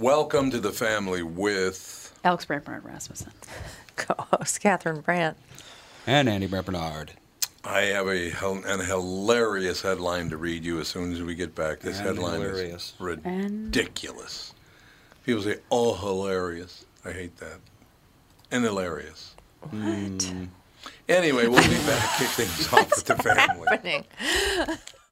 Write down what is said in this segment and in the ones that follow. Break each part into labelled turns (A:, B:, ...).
A: Welcome to the family with
B: Alex Brantburn Rasmussen.
C: co-host Catherine Brandt.
D: And Andy Brett Bernard.
A: I have a hel- an hilarious headline to read you as soon as we get back. This
D: And
A: headline
D: hilarious.
A: is ridiculous. People say, "Oh, hilarious!" I hate that. And hilarious.
C: What?
A: Anyway, we'll be back. Kick things off with the family.
C: Happening.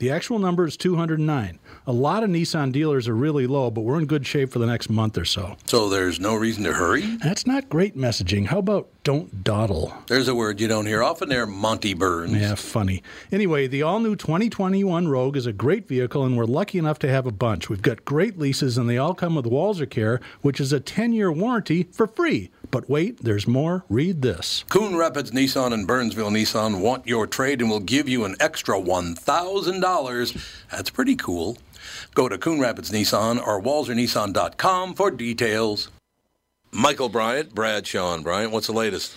E: The actual number is 209. A lot of Nissan dealers are really low, but we're in good shape for the next month or so.
A: So there's no reason to hurry.
E: That's not great messaging. How about don't dawdle?
A: There's a word you don't hear often there, Monty Burns.
E: Yeah, funny. Anyway, the all new 2021 Rogue is a great vehicle, and we're lucky enough to have a bunch. We've got great leases, and they all come with Walzer Care, which is a 10 year warranty for free. But wait, there's more. Read this.
A: Coon Rapids Nissan and Burnsville Nissan want your trade and will give you an extra $1,000. That's pretty cool. Go to Coon Rapids Nissan or WalzerNissan.com for details. Michael Bryant, Brad Sean Bryant, what's the latest?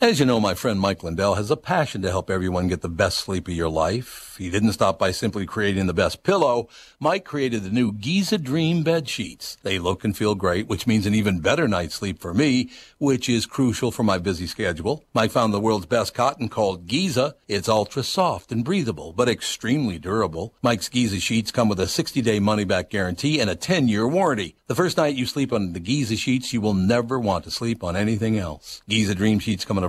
A: As you know, my friend Mike Lindell has a passion to help everyone get the best sleep of your life. He didn't stop by simply creating the best pillow. Mike created the new Giza Dream bed sheets. They look and feel great, which means an even better night's sleep for me, which is crucial for my busy schedule. Mike found the world's best cotton called Giza. It's ultra soft and breathable, but extremely durable. Mike's Giza sheets come with a 60-day money-back guarantee and a 10-year warranty. The first night you sleep on the Giza sheets, you will never want to sleep on anything else. Giza Dream Sheets come in a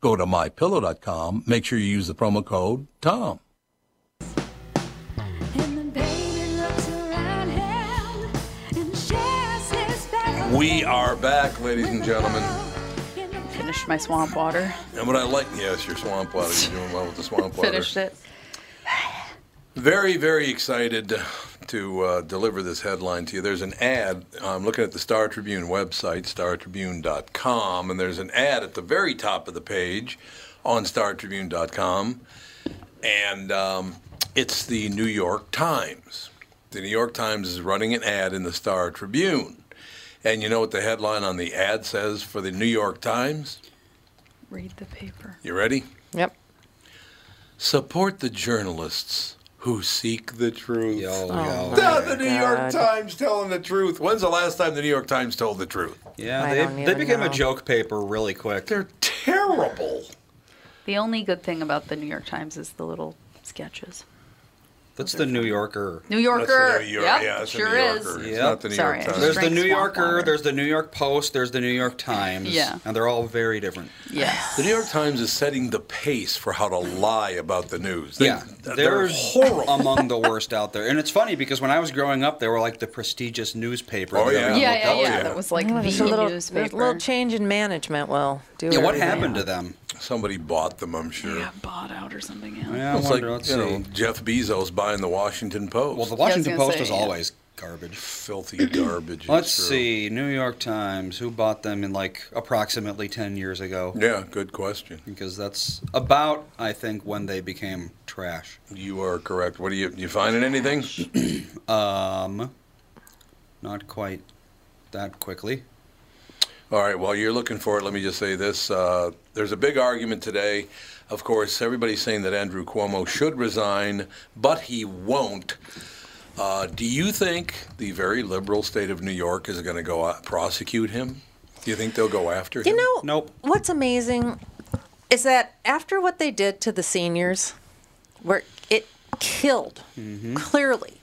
A: Go to mypillow.com. Make sure you use the promo code TOM. We are back, ladies and gentlemen.
B: Finished my swamp water.
A: And what I like, yes, your swamp water. You're doing well with the swamp water.
B: Finished it.
A: Very, very excited to uh, deliver this headline to you. There's an ad. I'm looking at the Star Tribune website, startribune.com, and there's an ad at the very top of the page on startribune.com. And um, it's the New York Times. The New York Times is running an ad in the Star Tribune. And you know what the headline on the ad says for the New York Times?
B: Read the paper.
A: You ready?
C: Yep.
A: Support the journalists who seek the truth.
C: Oh,
A: No,
C: my
A: the New York
C: God.
A: Times telling the truth. When's the last time the New York Times told the truth?
C: I
D: Yeah,
C: don't
D: they, they
C: even
D: became a
C: know.
D: joke paper really quick.
A: They're terrible.
B: The only good thing about the New York Times is the little sketches.
D: That's the New Yorker.
B: New
A: That's
B: Yorker.
A: the New York-
B: yep,
A: yeah, it's the
B: sure
A: New
B: is.
A: Yorker. It's
D: Yep.
A: not the New
B: Sorry, I
A: York
B: just
D: There's
A: Times.
D: the
B: Drink
D: New
B: swamp
D: Yorker,
B: water.
D: there's the New York Post, there's the New York Times.
B: Yeah.
D: And they're all very different.
B: Yes.
A: The New York Times is setting the pace for how to lie about the news. They,
D: yeah.
A: they're,
D: They're
A: horrible.
D: among the worst out there. And it's funny because when I was growing up, they were like the prestigious newspaper.
A: Oh,
D: that
A: yeah.
B: Yeah,
D: everyone
B: yeah,
D: looked
B: yeah,
D: up to.
B: That was like
C: Well,
B: the
C: there's a little,
B: newspaper.
C: little change in management will do
D: Yeah, what
C: everything.
D: happened to them?
A: Somebody bought them, I'm sure.
B: Yeah, bought out or something. Yeah.
D: Yeah, I
A: It's
D: wonder.
A: like
D: let's
A: you
D: see.
A: know Jeff Bezos buying the Washington Post.
D: well, the
B: was
D: Washington
B: gonna
D: Post
B: say,
D: is
B: yeah.
D: always garbage.
A: filthy garbage.
D: Let's
A: It's true.
D: see. New York Times. Who bought them in like approximately ten years ago?
A: Yeah, good question.
D: Because that's about, I think, when they became trash.
A: You are correct. What are you you finding anything?
D: Um, not quite that quickly.
A: All right, while you're looking for it, let me just say this. Uh, there's a big argument today. Of course, everybody's saying that Andrew Cuomo should resign, but he won't. Uh, do you think the very liberal state of New York is going to go out, prosecute him? Do you think they'll go after him? Oh,
C: You know,
D: Nope.
C: what's amazing is that after what they did to the seniors, where it killed
D: Mm-hmm.
C: clearly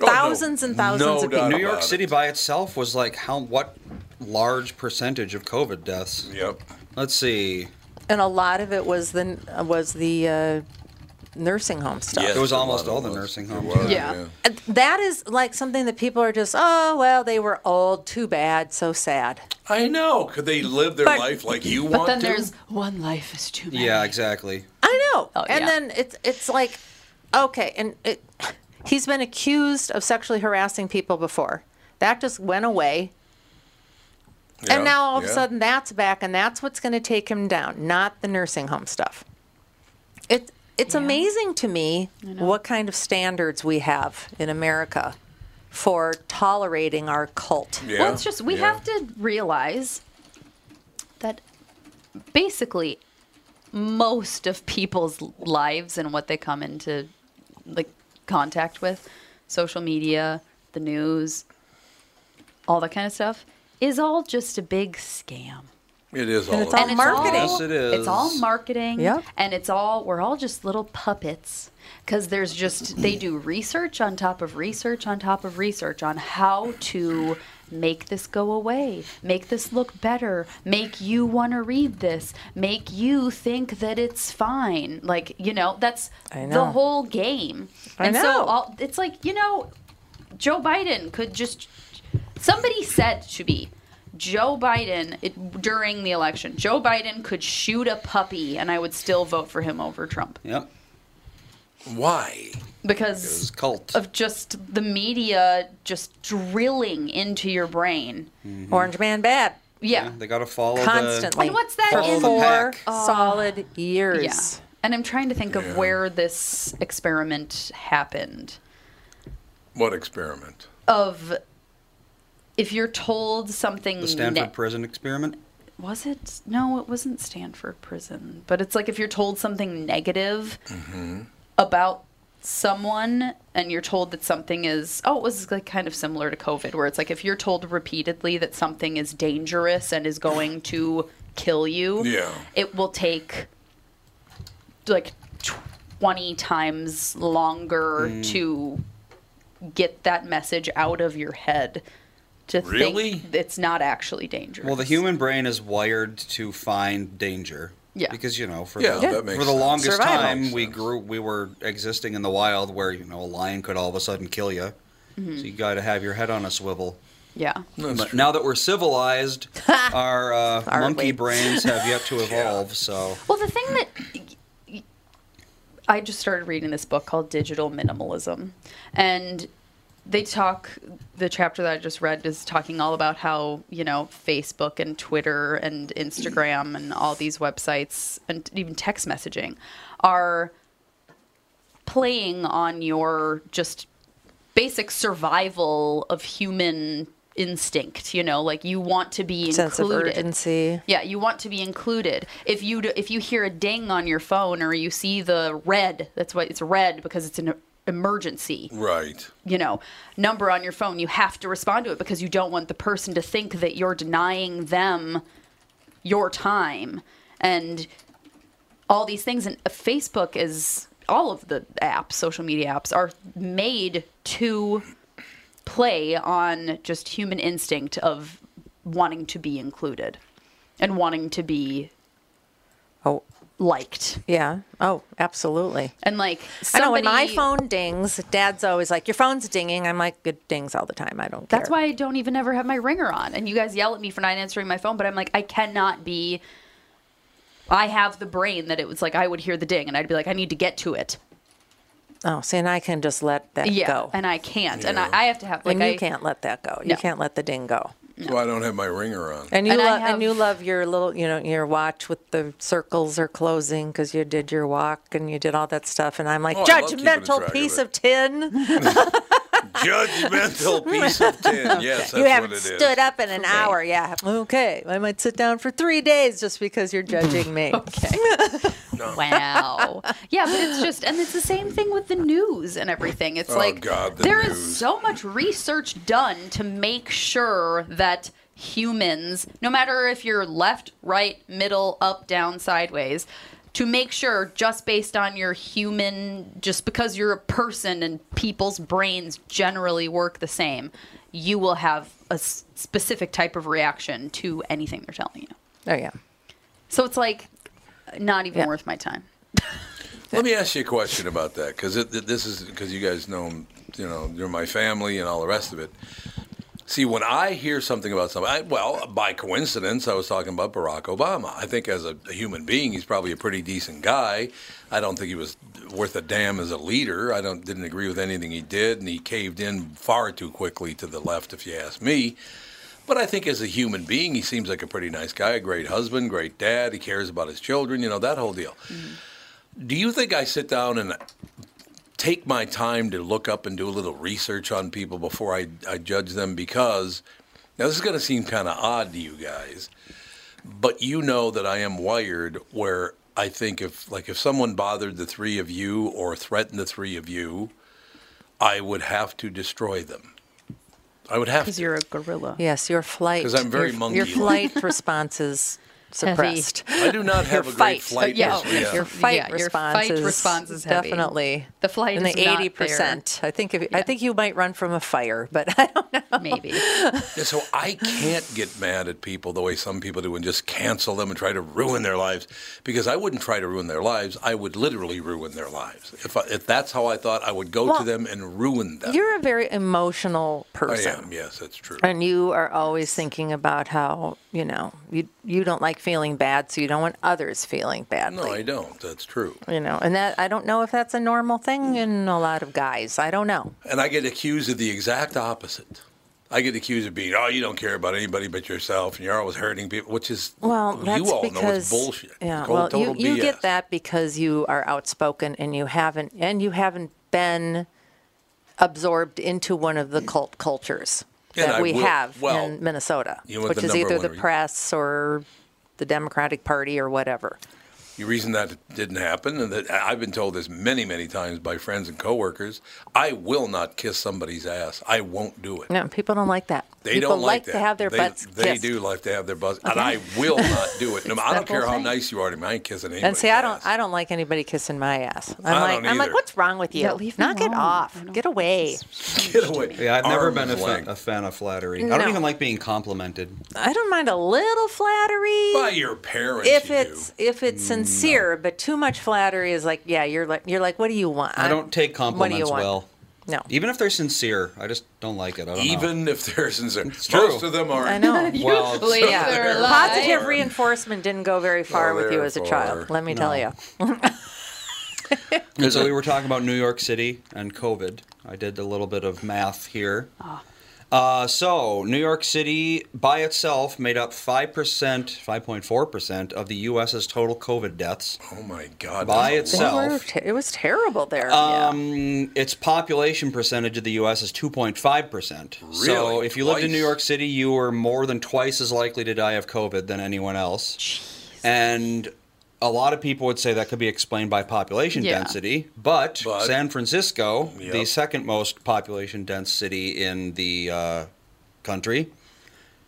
A: Oh, no.
C: thousands and
A: No
C: thousands
A: doubt
C: of people.
A: about
D: New York
A: it.
D: City by itself was like how what large percentage of COVID deaths?
A: Yep.
D: Let's see.
C: and a lot of it was the was the uh, nursing home stuff.
A: Yes,
D: was
A: a lot
D: almost
A: of
D: all the
A: us.
D: nursing
A: It
D: homes.
A: was,
B: Yeah.
C: And That is like something that people are just, oh well, they were old, too bad, so sad.
A: I know. Could they live their
C: But-
A: life like you
B: But
A: want
B: then
A: to?
B: there's one life is too many.
D: Yeah, exactly.
C: I know.
B: Oh,
C: and
B: yeah.
C: then it's it's like, okay, and it, he's been accused of sexually harassing people before. That just went away.
A: Yeah,
C: And now all of
A: yeah.
C: a sudden that's back, and that's what's going to take him down, not the nursing home stuff. It, it's amazing to me what kind of standards we have in America for tolerating our cult.
A: Yeah,
B: Well, it's just we
A: yeah.
B: have to realize that basically most of people's lives and what they come into like contact with, social media, the news, all that kind of stuff, is all just a big scam.
A: It is all.
C: it's
A: a
C: all
A: big
C: marketing.
A: scam.
D: Yes, it is.
B: It's all marketing.
C: Yeah.
B: And it's all we're all just little puppets because there's just they do research on top of research on top of research on how to make this go away, make this look better, make you want to read this, make you think that it's fine. Like you know, that's
C: I
B: the
C: know.
B: whole game.
C: I
B: and so
C: know.
B: all, it's like you know, Joe Biden could just. Somebody said to me, Joe Biden, it, during the election, Joe Biden could shoot a puppy and I would still vote for him over Trump
D: Yep.
A: Why?
D: It's
B: because
D: cult.
B: of just the media just drilling into your brain.
C: Orange Man bad,
B: Yeah.
D: Yeah, they got to follow the-
C: constantly.
B: Mm-hmm. And what's that
C: for
B: in-
D: Follow the
C: four
D: pack.
C: solid years?
B: Oh. Yeah. And I'm trying to think of
A: Yeah.
B: where this experiment happened.
A: What experiment?
B: Of if you're told something
D: the Stanford
B: ne-
D: prison experiment.
B: was it no it wasn't stanford prison but it's like if you're told something negative
A: Mm-hmm.
B: about someone and you're told that something is oh it was like kind of similar to covid where it's like if you're told repeatedly that something is dangerous and is going to kill you
A: Yeah.
B: it will take like 20 times longer
A: Mm.
B: to get that message out of your head to
A: Really?
B: think it's not actually dangerous
D: Well, the human brain is wired to find danger.
B: Yeah.
D: Because you know, for
A: Yeah,
D: the,
A: that makes
D: for the
A: sense.
D: longest
C: Survival.
D: time
A: Makes
D: we
A: sense.
D: grew, we were existing in the wild where you know a lion could all of a sudden kill you.
C: Mm-hmm.
D: So you got to have your head on a swivel.
B: yeah
A: That's
D: But now that we're civilized, our uh,
C: Aren't
D: monkey
C: we?
D: brains have yet to evolve. So
B: Well, the thing that I just started reading this book called Digital Minimalism, and they talk the chapter that I just read is talking all about how you know Facebook and Twitter and Instagram and all these websites and even text messaging are playing on your just basic survival of human instinct you know like you want to be
C: Sense of
B: included
C: urgency.
B: yeah, you want to be included. If you d- if you hear a ding on your phone or you see the red, that's why it's red because it's an emergency,
A: right.
B: you know, number on your phone, you have to respond to it because you don't want the person to think that you're denying them your time and all these things and Facebook is all of the apps, social media apps are made to play on just human instinct of wanting to be included and wanting to be
C: Oh,
B: liked.
C: yeah. Oh, absolutely.
B: And like
C: I know when
B: somebody
C: my phone dings, Dad's always like, "Your phone's dinging." I'm like, "It dings all the time. I don't care."
B: That's why I don't even ever have my ringer on. And you guys yell at me for not answering my phone, but I'm like, I cannot be I have the brain that it was like I would hear the ding and I'd be like, I need to get to it.
C: Oh, see, and I can just let that
B: yeah,
C: go.
B: and I can't, and I, I have to have like
C: and you
B: I
C: can't let that go. You
B: No.
C: can't let the ding go.
A: So I don't have my ringer on.
C: And you
B: And I
C: love
B: have-
C: and you love your little, you know, your watch with the circles are closing because you did your walk and you did all that stuff. And I'm like,
A: Oh, I love keeping track
C: judgmental
A: of
C: piece
A: it."
C: of tin.
A: Judgmental piece of tin. Yes, that's
C: you
A: what
C: haven't
A: it is.
C: stood up in an hour. Yeah. Okay. I might sit down for three days just because you're judging me.
B: Okay. wow. Yeah, but it's just, and it's the same thing with the news and everything. It's
A: Oh,
B: like
A: God, the
B: there is
A: news.
B: so much research done to make sure that humans, no matter if you're left, right, middle, up, down, sideways, to make sure just based on your human, just because you're a person and people's brains generally work the same, you will have a s- specific type of reaction to anything they're telling you.
C: Oh yeah.
B: So it's like not even
C: Yeah.
B: worth my time.
A: Let me ask you a question about that because this is because you guys know, you know, you're my family and all the rest of it. See, when I hear something about something, I, well, by coincidence, I was talking about Barack Obama. I think as a, a human being, he's probably a pretty decent guy. I don't think he was worth a damn as a leader. I don't didn't agree with anything he did, and he caved in far too quickly to the left, if you ask me. But I think as a human being, he seems like a pretty nice guy, a great husband, great dad. He cares about his children, you know, that whole deal. Do you think I sit down and take my time to look up and do a little research on people before I, I judge them? Because now this is going to seem kind of odd to you guys, but you know that I am wired where I think if like if someone bothered the three of you or threatened the three of you, I would have to destroy them. I would have
B: Because
A: to.
B: you're a gorilla.
C: Yes, your flight.
A: 'Cause I'm very
C: your, Your
A: monkey-like.
C: flight response is suppressed.
A: I do not have a
C: your
A: great
C: fight.
A: flight.
B: Yeah,
A: res-
B: oh, yes,
C: Your fight
B: Yeah, your
C: response
B: fight
C: is
B: response is heavy.
C: definitely
B: The flight
C: in
B: is
C: the
B: not there.
C: percent. I think if, I think you might run from a fire, but I don't know.
B: Maybe.
A: Yeah, so I can't get mad at people the way some people do and just cancel them and try to ruin their lives because I wouldn't try to ruin their lives. I would literally ruin their lives. If, I, if that's how I thought, I would go
C: Well,
A: to them and ruin them.
C: You're a very emotional
A: I
C: person.
A: am. Yes, that's true.
C: and you are always thinking about how you know you you don't like feeling bad, so you don't want others feeling badly.
A: No, I don't. That's true.
C: You know, and that I don't know if that's a normal thing in a lot of guys. I don't know.
A: And I get accused of the exact opposite. I get accused of being, oh, you don't care about anybody but yourself, and you're always hurting people, which is
C: Well,
A: you
C: that's
A: all
C: because
A: know it's bullshit.
C: yeah.
A: It's
C: Well,
A: total
C: you, you
A: BS.
C: get that because you are outspoken and you haven't and you haven't been absorbed into one of the cult cultures
A: And
C: that
A: I
C: we
A: will-
C: have
A: well,
C: in Minnesota,
A: you know what
C: which
A: the
C: is
A: number
C: either
A: one
C: the
A: re-
C: press or the Democratic Party or whatever.
A: The reason that didn't happen, and that I've been told this many, many times by friends and coworkers, I will not kiss somebody's ass. I won't do it.
C: No, people don't like that.
A: They
C: people
A: don't like, that.
C: to have their
A: they,
C: butts
A: They
C: kissed.
A: do like to have their butts, and I will not do it. No, I don't
B: that whole
A: care how
B: thing.
A: nice you are to me. I ain't kissing anybody.
C: And see, I don't, I don't like anybody kissing my ass. I'm
A: I
C: like,
A: don't
C: I'm like,
A: either.
C: what's wrong with you?
B: Yeah, leave me
C: Knock it
B: alone. I
C: off.
B: don't-
C: Get away.
A: get away.
D: Yeah, I've never been a
A: Arm's
D: fan,
A: length.
D: a fan of flattery. I
C: No.
D: don't even like being complimented.
C: I don't mind a little flattery.
A: By your parents,
C: if
A: you
C: it's
A: do.
C: if it's sincere, but too much flattery is like, yeah, you're like you're like, what do you want?
D: I don't take
C: what do you
D: compliments
C: want?
D: well.
C: No,
D: Even if they're sincere, I just don't like it. I don't know.
A: even if they're sincere,
D: true.
A: most of them aren't.
C: I know.
D: Well,
B: Usually
A: so
B: Oh, yeah.
A: they're
B: they're alive.
C: Positive reinforcement didn't go very far
A: Oh,
C: with you as a child.
A: therefore,
C: Let me tell you.
D: And so we were talking about New York City and COVID. I did a little bit of math here. Uh, so New York City by itself made up five percent, five point four percent of the U.S.'s total COVID deaths.
A: Oh my God!
D: By
A: that's a
C: They
A: lot.
D: itself.
C: were te- it was terrible there.
D: Um, its population percentage of the U.S. is 2.5 percent. So
A: Really?
D: if you lived in New
A: Twice?
D: York City, you were more than twice as likely to die of COVID than anyone else. And a lot of people would say that could be explained by population
B: Yeah.
D: density, but,
A: But-
D: San Francisco, the
A: Yep.
D: second most population dense city in the uh, country.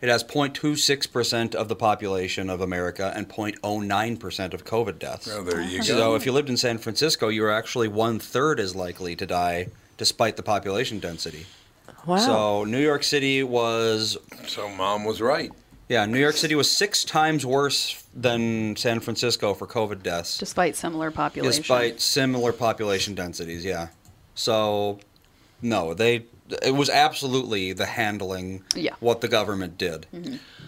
D: It has 0.26% of the population of America and 0.09% of COVID deaths.
A: Oh, there you
D: So
A: go.
D: if you lived in San Francisco, you were actually one third as likely to die, despite the population density.
C: yeah. Wow.
D: So New York City was,
A: So mom was right.
D: yeah, New York City was six times worse than San Francisco for COVID deaths,
B: Despite similar population.
D: despite similar population densities. Yeah. So, no, they it was absolutely the handling
B: Yeah.
D: what the government did.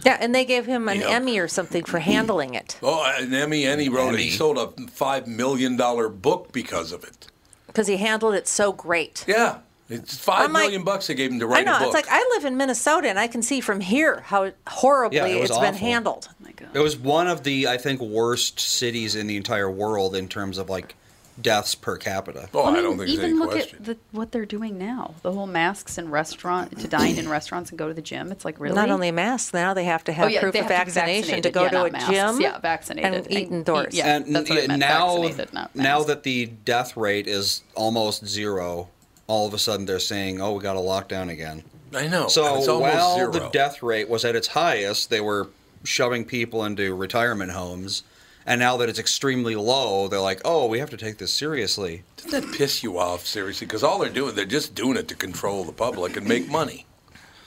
C: Yeah, and they gave him an
A: Yeah.
C: Emmy or something for handling it
A: Oh, an Emmy, and he wrote it. He
D: Emmy.
A: sold a five million dollar book because of it.
C: because he handled it so great.
A: Yeah, it's five million
C: I'm like-
A: bucks they gave him to
C: I
A: write
C: know.
A: a book.
C: It's like I live in Minnesota and I can see from here how horribly
D: Yeah, it was
C: it's been
D: awful.
C: handled.
B: my God.
D: It was one of the I think worst cities in the entire world in terms of like deaths per capita.
A: oh, I,
B: I mean,
A: don't think there's
B: even
A: any
B: look
A: question.
B: at the, what they're doing now. The whole masks in restaurant to dine in restaurants and go to the gym. It's like really
C: Not only masks, now they have to have
B: Oh, yeah,
C: proof
B: they
C: of
B: have to be
C: vaccination to
B: vaccinated.
C: go
B: Yeah,
C: to a
B: not masks.
C: gym.
B: Yeah, vaccinated.
C: and
B: And
C: eat
B: eat-
C: indoors.
B: yeah.
D: And
B: that's what I meant,
D: now,
B: vaccinated, not
D: now
B: masked.
D: that the death rate is almost zero, all of a sudden they're saying, "Oh, we got a lockdown again."
A: I know. Oh, and it's
D: So
A: almost
D: while
A: zero.
D: the death rate was at its highest, they were shoving people into retirement homes, and now that it's extremely low, they're like, "Oh, we have to take this seriously."
A: Doesn't that piss you off seriously? Because all they're doing, they're just doing it to control the public and make money.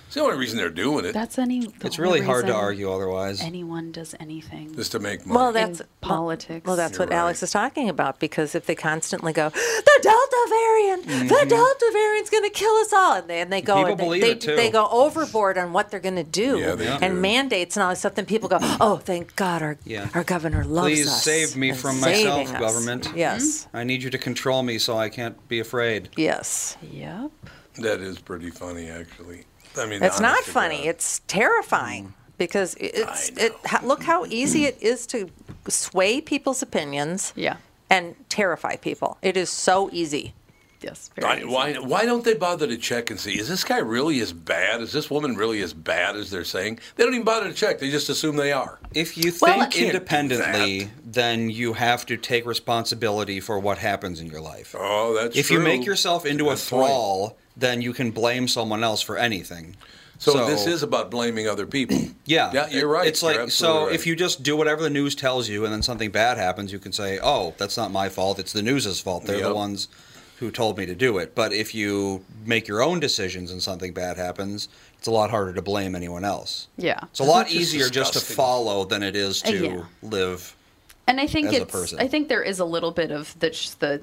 A: It's the only reason they're doing it,
B: that's any. the
D: It's
B: whole
D: really hard to
B: reason
D: argue otherwise.
B: Anyone does anything.
A: just to make money.
C: Well, that's
B: In politics.
C: Well, that's
A: You're
C: what Alex
A: right.
C: is talking about because if they constantly go, the Delta variant, the Delta variant's going to kill us all, and they, and they go,
D: Mm-hmm. People
C: and they,
D: believe
C: they,
D: it, too.
C: they go overboard on what they're going to do,
A: Yeah, they
C: and
A: do.
C: mandates and all this stuff. Then people go, oh, thank God, our
D: Mm-hmm. Yeah.
C: our governor loves
D: Please
C: us.
D: save me
C: and
D: from
C: saving
D: myself,
C: us."
D: government.
C: Yes,
B: Mm-hmm.
D: I need you to control me so I can't be afraid.
C: yes.
B: Yep.
A: that is pretty funny, actually. I mean, uh,
C: It's not
A: honest Mm. to
C: funny.
A: God.
C: It's terrifying because it- it's it. ho- Look how easy it is to sway people's opinions.
B: Yeah.
C: And terrify people. It is so easy.
B: Yes.
A: Why,
B: Very easy.
A: why, why don't they bother to check and see? Is this guy really as bad? Is this woman really as bad as they're saying? They don't even bother to check. They just assume they are.
D: If you think
C: Well, I
A: can't do
D: independently, then you have to take responsibility for what happens in your life.
A: Oh, that's
D: if you
A: true.
D: make yourself into a
A: Good point.
D: thrall, then you can blame someone else for anything.
A: So, this is about blaming other people.
D: yeah,
A: yeah, you're
D: It-
A: right.
D: It's like
A: You're
D: so
A: absolutely right.
D: if you just do whatever the news tells you, and then something bad happens, you can say, "Oh, that's not my fault. It's the news's fault. They're
A: Yep.
D: the ones who told me to do it." But if you make your own decisions and something bad happens, it's a lot harder to blame anyone else.
B: Yeah.
D: It's a lot
A: Isn't it just
D: easier just to
A: disgusting?
D: follow than it is to
B: yeah.
D: live.
B: And I think
D: as a
B: it's.
D: person.
B: I think there is a little bit of the just the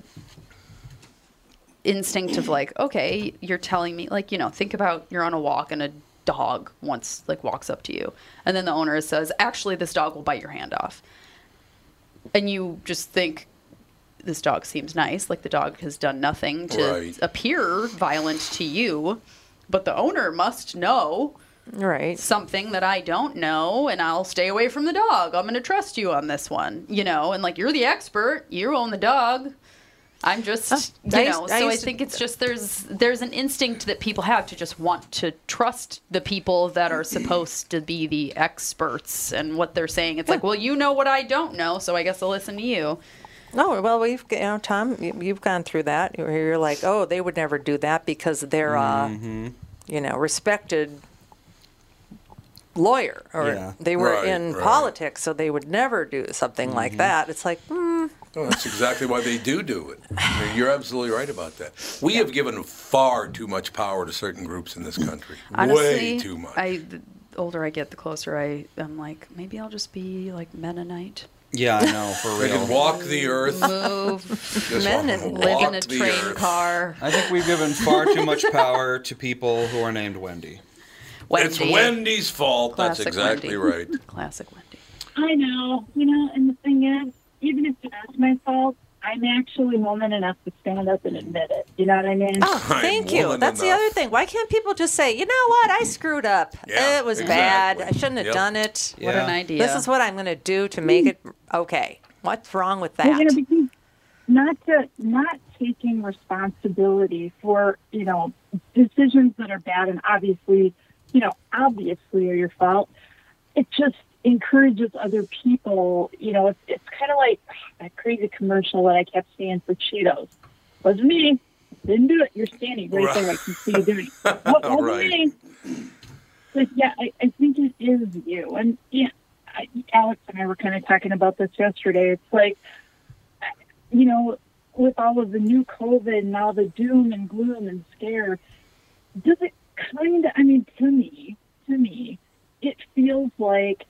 B: instinct of like, okay, you're telling me, like, you know, think about you're on a walk and a dog once like walks up to you, and then the owner says, actually, this dog will bite your hand off, and you just think. This dog seems nice. Like the dog has done nothing to
A: Right.
B: appear violent to you, but the owner must know
C: Right.
B: something that I don't know and I'll stay away from the dog. I'm going to trust you on this one, you know, and like you're the expert, you own the dog. I'm just, you
C: I
B: know,
C: used-
B: so
C: I
B: Oh, I,
C: used to-
B: think it's just there's there's an instinct that people have to just want to trust the people that are supposed to be the experts and what they're saying. It's like, well, you know what I don't know, so I guess I'll listen to you.
C: No, well, we've you know, Tom, you- you've gone through that. You're you're like, oh, they would never do that because they're, uh,
A: Mm-hmm.
C: you know, respected lawyer, or
D: Yeah.
C: they were
A: Right,
C: in
A: right. Mm-hmm.
C: politics, so they would never do something like that. It's like, mm,
A: Oh, that's exactly why they do do it. I mean, You're absolutely right about that. We have given far too much power to certain groups in this country.
B: Honestly,
A: Way too much.
B: I the older I get, the closer I am like, maybe I'll just be like Mennonite.
D: Yeah, I know for
A: they
D: real.
A: can walk the earth.
B: Move,
A: Just
C: Men
A: walk-
C: and
B: live
A: walk
B: in a
A: the
B: train
A: earth.
B: car.
D: I think we've given far too much power to people who are named Wendy.
A: It's Wendy's fault.
B: Classic
A: That's exactly
B: Wendy.
A: right.
B: Classic Wendy.
F: I know, you know, and the thing is, even if it's not my fault, I'm actually woman enough to stand up and admit it. You know what I mean?
C: oh,
A: I'm
C: thank you.
A: woman
C: That's the
A: enough.
C: other thing. Why can't people just say, you know what, I screwed up.
A: Yeah,
C: it was bad. I
A: exactly.
C: shouldn't have
A: Yep.
C: done it.
B: What
D: Yeah.
B: an idea.
C: This is what I'm going to do to make it okay. What's wrong with that?
F: You know, because not to not taking responsibility for you know decisions that are bad and obviously you know obviously are your fault. It just encourages other people. You know, it's, it's kind of like that crazy commercial that I kept seeing for Cheetos. Was me. Didn't do it. You're standing right, there. I can see you doing. it. What was
A: Right.
F: me? But yeah, I, I think it is you. And yeah, I, Alex and I were kind of talking about this yesterday. It's like, you know, with all of the new COVID and all the doom and gloom and scare, does it kind of, I mean, to me, to me, it feels like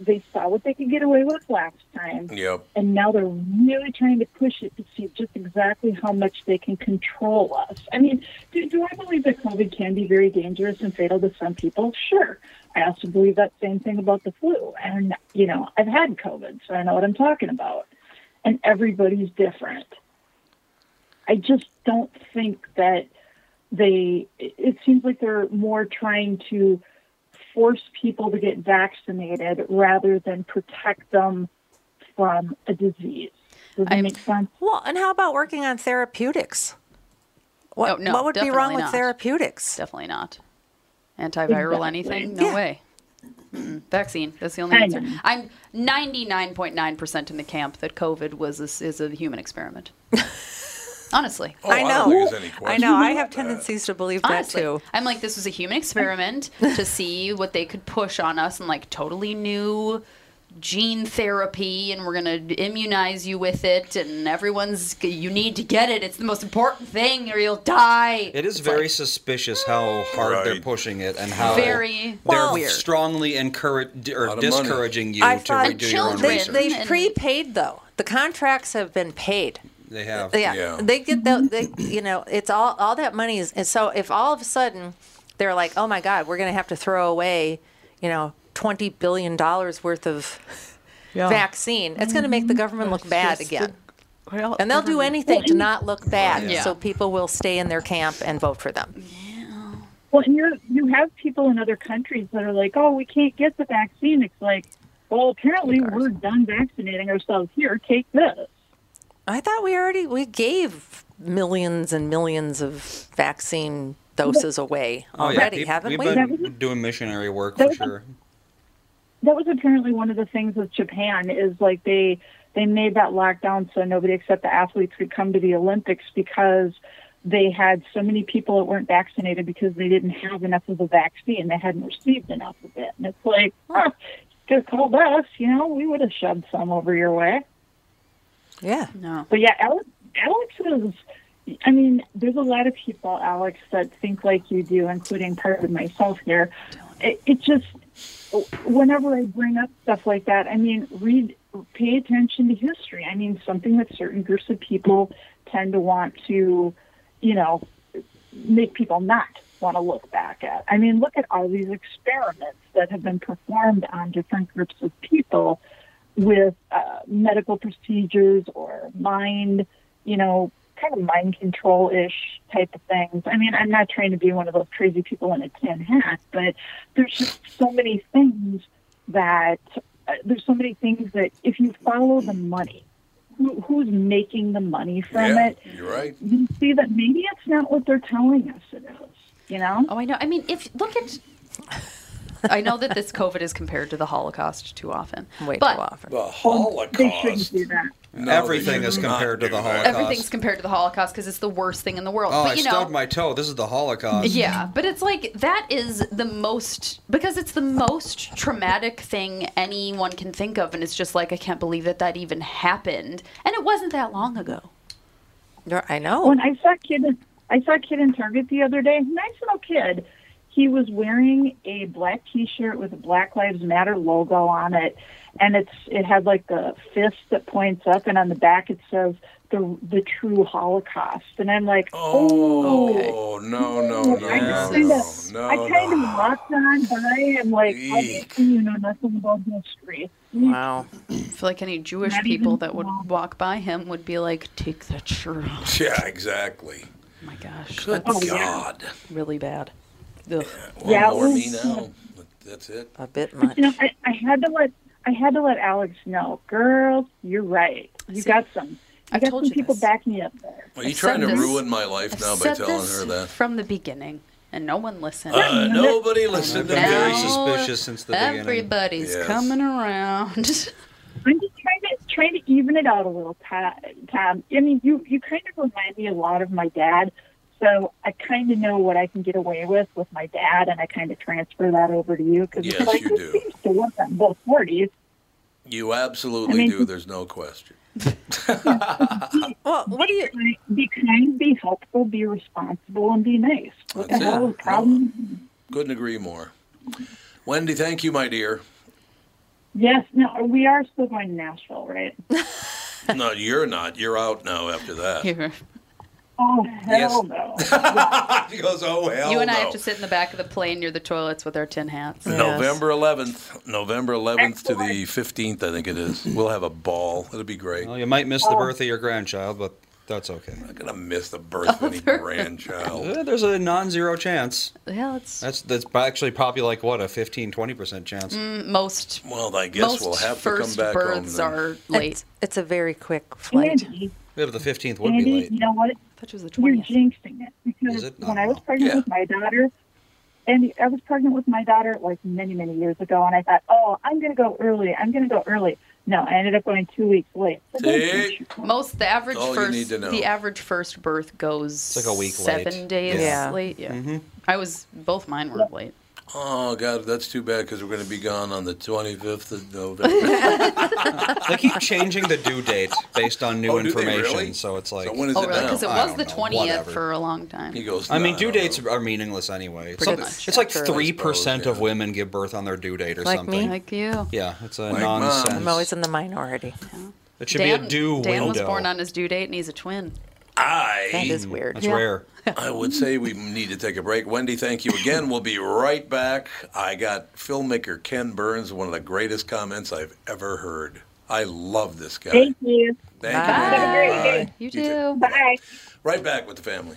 F: they saw what they could get away with last time,
A: Yep.
F: and now they're really trying to push it to see just exactly how much they can control us. I mean, do, do I believe that COVID can be very dangerous and fatal to some people? Sure. I also believe that same thing about the flu. And, you know, I've had COVID, so I know what I'm talking about. And everybody's different. I just don't think that they, it- it seems like they're more trying to force people to get vaccinated rather than protect them from a disease. Does that
B: I'm-
F: make sense?
C: Well, and how about working on therapeutics? What,
B: Oh, no,
C: what would be wrong
B: definitely
C: with
B: not.
C: therapeutics?
B: Definitely not. Antiviral
F: Exactly.
B: anything? No
C: Yeah.
B: way. Mm-mm. Vaccine. That's the only
F: I
B: answer.
F: know.
B: I'm 99.9% in the camp that COVID was a, is a human experiment. Honestly.
A: Oh, I,
C: I
A: don't
C: know.
A: think there's any question.
C: I know. I
A: about
C: have
A: that.
C: tendencies to believe
B: Honestly,
C: that too.
B: I'm like, this was a human experiment to see what they could push on us and like totally new gene therapy, and we're gonna immunize you with it, and everyone's you need to get it. It's the most important thing, or you'll die.
D: It is very suspicious how hard they're
A: Right.
D: pushing it and how
B: Very-
D: they're
C: Well- Weird.
D: strongly encourage or
A: Lot of money.
D: discouraging you
C: I
D: to
C: thought
D: redo your own
B: children-
D: research.
C: they,
B: and-
C: have prepaid though. The contracts have been paid.
D: They have.
C: Yeah,
A: Yeah.
C: they get the, they, you know, it's all all that money is. And so if all of a sudden they're like, oh my God, we're going to have to throw away, you know, twenty billion dollars worth of vaccine, it's going to make the government look bad again. and they'll do anything to not look bad,
B: Yeah.
C: so people will stay in their camp and vote for them.
F: Well, and you're, you have people in other countries that are like, oh, we can't get the vaccine. It's like, well, apparently we're done vaccinating ourselves here. Take this.
C: I thought we already we gave millions and millions of vaccine doses away
D: Oh, yeah.
C: already,
D: Peop-
C: haven't
D: We've
C: we?
D: been doing missionary work for sure.
F: That was apparently one of the things with Japan is like they they made that lockdown so nobody except the athletes could come to the Olympics because they had so many people that weren't vaccinated because they didn't have enough of the vaccine. They hadn't received enough of it. And it's like, huh, just called us, you know, we would have shoved some over your way.
C: Yeah.
B: No.
F: But yeah, Alex, Alex is. I mean, there's a lot of people, Alex, that think like you do, including part of myself here. It, it just, whenever I bring up stuff like that, I mean, read, pay attention to history. I mean, something that certain groups of people tend to want to, you know, make people not want to look back at. I mean, look at all these experiments that have been performed on different groups of people with uh, medical procedures or mind, you know, kind of mind control ish type of things. I mean, I'm not trying to be one of those crazy people in a tin hat, but there's just so many things that uh, there's so many things that if you follow the money, who, who's making the money from
A: Yeah,
F: it?
A: you're right.
F: you see that maybe it's not what they're telling us it is. You know?
B: Oh, I know. I mean, if look at. I know that this COVID is compared to the Holocaust too often.
C: Way
B: but
C: too often.
A: The
F: They shouldn't
A: Holocaust.
F: do that.
A: No,
D: Everything
A: they
D: is
A: should not
D: compared to
A: do
D: the
A: that.
D: Holocaust.
B: Everything's compared to the Holocaust because it's the worst thing in the world.
D: Oh,
B: but
D: I
B: you know,
D: stubbed my toe. This is the Holocaust.
B: Yeah, but it's like that is the most because it's the most traumatic thing anyone can think of, and it's just like I can't believe that that even happened, and it wasn't that long ago.
C: There- I know.
F: When I saw a kid, I saw a kid in Target the other day. Nice little kid. He was wearing a black T-shirt with a Black Lives Matter logo on it, and it's it had like the fist that points up, and on the back it says the the true Holocaust. And I'm like, oh,
A: Oh, no, no, no,
F: I
A: no,
F: kind
A: no,
F: of, I
A: no,
F: kind
A: no.
F: of walked on by. I'm like, I
A: Eek.
F: you know nothing about history.
C: wow.
B: I feel like any Jewish
F: Not
B: people
F: even
B: that would
F: small.
B: walk by him would be like, "Take that shirt off!"
A: Yeah, exactly.
B: Oh my gosh,
A: Good
F: Oh, yeah.
A: God.
B: that's really bad. Ugh.
A: One
F: Yeah, it
A: more me
F: was-
A: now. That's it.
C: A bit much.
F: You know, I, I had to let I had to let Alex know, girl, you're right. You
B: See,
F: got some. You
B: I've
F: got
B: told
F: some
B: you
F: people
B: this.
F: backing you up there.
A: Are you
B: I've
A: trying to
B: said this-
A: ruin my life
B: I've
A: now by
B: said
A: telling
B: this
A: her that?
B: from the beginning, and no one listened.
A: Uh, nobody
D: They've
A: listened to
D: been very
A: me.
B: No.
D: suspicious since the beginning.
B: Everybody's
A: Yes.
B: coming around.
F: I'm just trying to trying to even it out a little, Tom. Tom. I mean, you you kind of remind me a lot of my dad, so I kind of know what I can get away with with my dad, and I kind of transfer that over to you because
A: Yes,
F: it's like
A: you
F: it
A: do.
F: seems to work on both parties.
A: You absolutely
F: I mean-
A: do. There's no question.
C: well, what do you?
F: Be kind, be helpful, be responsible, and be nice. What
A: That's
F: the
A: it.
F: hell Um, is problem?
A: Couldn't agree more. Wendy, thank you, my dear.
F: Yes, no, we are still going to Nashville, right?
A: no, you're not. You're out now after that.
F: Oh, hell no.
A: She goes, oh, hell
B: you and I
A: no.
B: have to sit in the back of the plane near the toilets with our tin hats.
A: November 11th, November 11th to the 15th, I think it is. We'll have a ball. It'll be great.
D: Well, you might miss the birth of your grandchild, but that's okay.
A: I'm gonna miss the birth of any grandchild.
D: Eh, There's a non-zero chance.
B: Yeah, it's
D: That's that's actually probably like what a 15 20% chance.
B: most
A: Well, I guess
B: most
A: we'll have to come
B: first
A: back
B: births
A: home. then.
B: are late.
C: It's, it's a very quick flight.
F: Andy,
D: Yeah, but the 15th would be
F: Andy,
D: late.
F: you know what?
B: I thought it was the
F: You're
B: 20th.
F: jinxing it because
D: Is it?
F: when I was
D: Oh,
F: pregnant
A: yeah.
F: with my daughter, and I was pregnant with my daughter like many, many years ago, and I thought, oh, I'm going to go early. I'm going to go early. No, I ended up going two weeks late. So don't
A: See?
F: jinx yourself.
B: Most the average
A: All you
B: first
A: need to know.
B: the average first birth goes
D: like a week late.
B: seven days
C: Yeah.
B: late. Yeah,
A: Mm-hmm.
B: I was both mine were late.
A: Oh God, that's too bad because we're gonna be gone on the 25th of November.
D: They keep changing the due date based on new
A: Oh, do they
D: information,
A: really?
D: so it's like
A: so when is
B: Oh
A: it
B: really?
A: now?
B: Because it
D: I
B: was
D: don't
B: the
D: know.
B: twentieth
D: Whatever.
B: for a long time.
A: he goes.
D: I mean,
A: "Nah,
D: due
A: don't
D: dates
A: know."
D: are meaningless anyway. It's
B: Pretty
D: like-
B: much,
D: It's like
C: yeah.
D: three percent
A: Suppose,
D: of
A: yeah.
D: women give birth on their due date or
C: Like me?
D: something.
B: Like you.
D: Yeah, it's a
A: Like mom.
D: nonsense.
C: I'm always in the minority.
D: it should
B: Dan,
D: be a due
B: Dan
D: window.
B: was born on his due date and he's a twin.
C: That
A: I
C: is weird.
D: That's rare.
A: I would say we need to take a break. Wendy, thank you again. We'll be right back. I got filmmaker Ken Burns, one of the greatest comments I've ever heard. I love this guy.
F: Thank you.
A: Thank
C: Bye.
A: you. Wendy.
F: Have a great
A: Bye.
B: You too.
F: Bye.
A: Right back with the family.